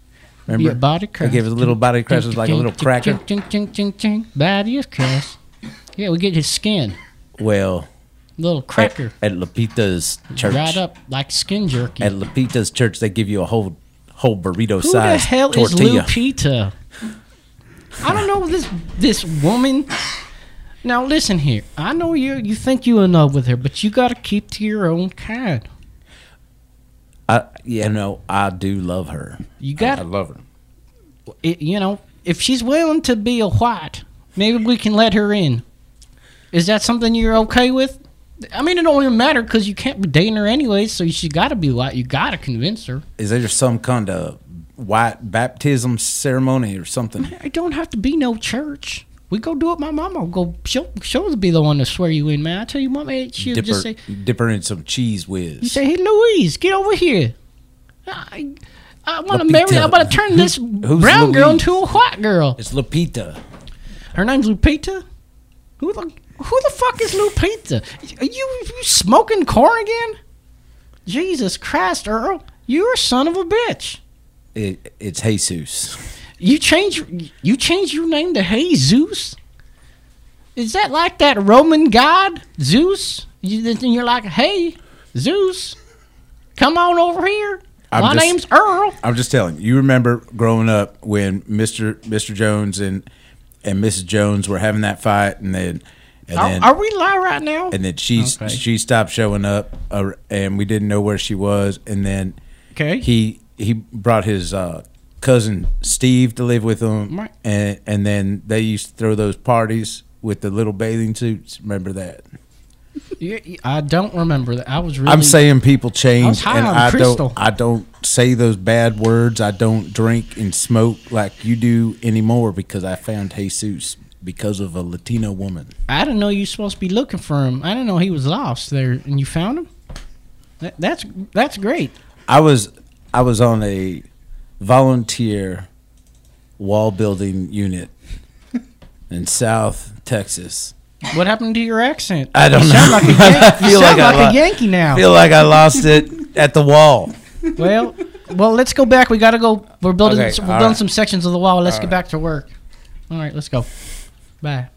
D: Remember
G: Yeah, body
D: They give us a little body of Christ. It was like a little cracker.
G: Ching, ching, ching, ching. Body of Christ. Yeah, we get his skin.
D: Well,
G: Little cracker.
D: at, at Lupita's church.
G: Right up like skin jerky.
D: At Lupita's church, they give you a whole whole
G: Who
D: burrito
G: the
D: size
G: hell
D: tortilla.
G: is Lupita? I don't know this this woman. Now listen here. I know you you think you in love with her, but you gotta keep to your own kind.
D: I, you know, I do love her.
G: You got
D: I, I love her.
G: it, you know, if she's willing to be a white, maybe we can let her in. Is that something you're okay with? I mean, it don't even matter because you can't be dating her anyway, so she got to be white. You got to convince her.
D: Is there some kind of white baptism ceremony or something?
G: I don't have to be no church. We go do it. My mama will go. She'll, she'll be the one to swear you in, man. I tell you what, man. She'll
D: Dip her,
G: just say,
D: dip her in some cheese
G: you
D: whiz.
G: say, hey, Louise, get over here. I, I want to
D: Lupita.
G: marry. I want to turn this
D: Who's
G: brown girl
D: Louise?
G: into a white girl.
D: It's Lupita.
G: Her name's Lupita. Who the who the fuck is Lupita? Are you, you smoking corn again? Jesus Christ, Earl, you're a son of a bitch.
D: It, it's Jesus.
G: You change you change your name to Hey Zeus. Is that like that Roman god Zeus? You, then you're like, hey Zeus, come on over here. My name's Earl.
D: I'm just telling you. You remember growing up when Mr. Mr. Jones and and Mrs. Jones were having that fight, and then and
G: Are,
D: then
G: are we live right now?
D: and then she
G: Okay.
D: she stopped showing up, uh, and we didn't know where she was, and then
G: Okay.
D: he he brought his uh, cousin Steve to live with him,
G: Right.
D: and and then they used to throw those parties with the little bathing suits. Remember that?
G: You- you- I don't remember that. I was really.
D: I'm saying people change,
G: I was high
D: and
G: on
D: I
G: crystal.
D: don't. I don't say those bad words. I don't drink and smoke like you do anymore because I found Jesus because of a Latino woman.
G: I didn't know you were supposed to be looking for him. I didn't know he was lost there, and you found him. That, that's that's great.
D: I was I was on a volunteer wall building unit in South Texas.
G: What happened to your accent?
D: I don't
G: you
D: know.
G: Sound like a Yan-
D: I
G: you
D: feel
G: sound
D: like
G: like,
D: I
G: a
D: lo-
G: Yankee now.
D: I feel like I lost it at the wall.
G: well, well, let's go back. We gotta go. We're building.
D: Okay,
G: we're
D: all
G: building
D: right.
G: some sections of the wall. Let's
D: All
G: get
D: right.
G: back to work. All right, let's go. Bye.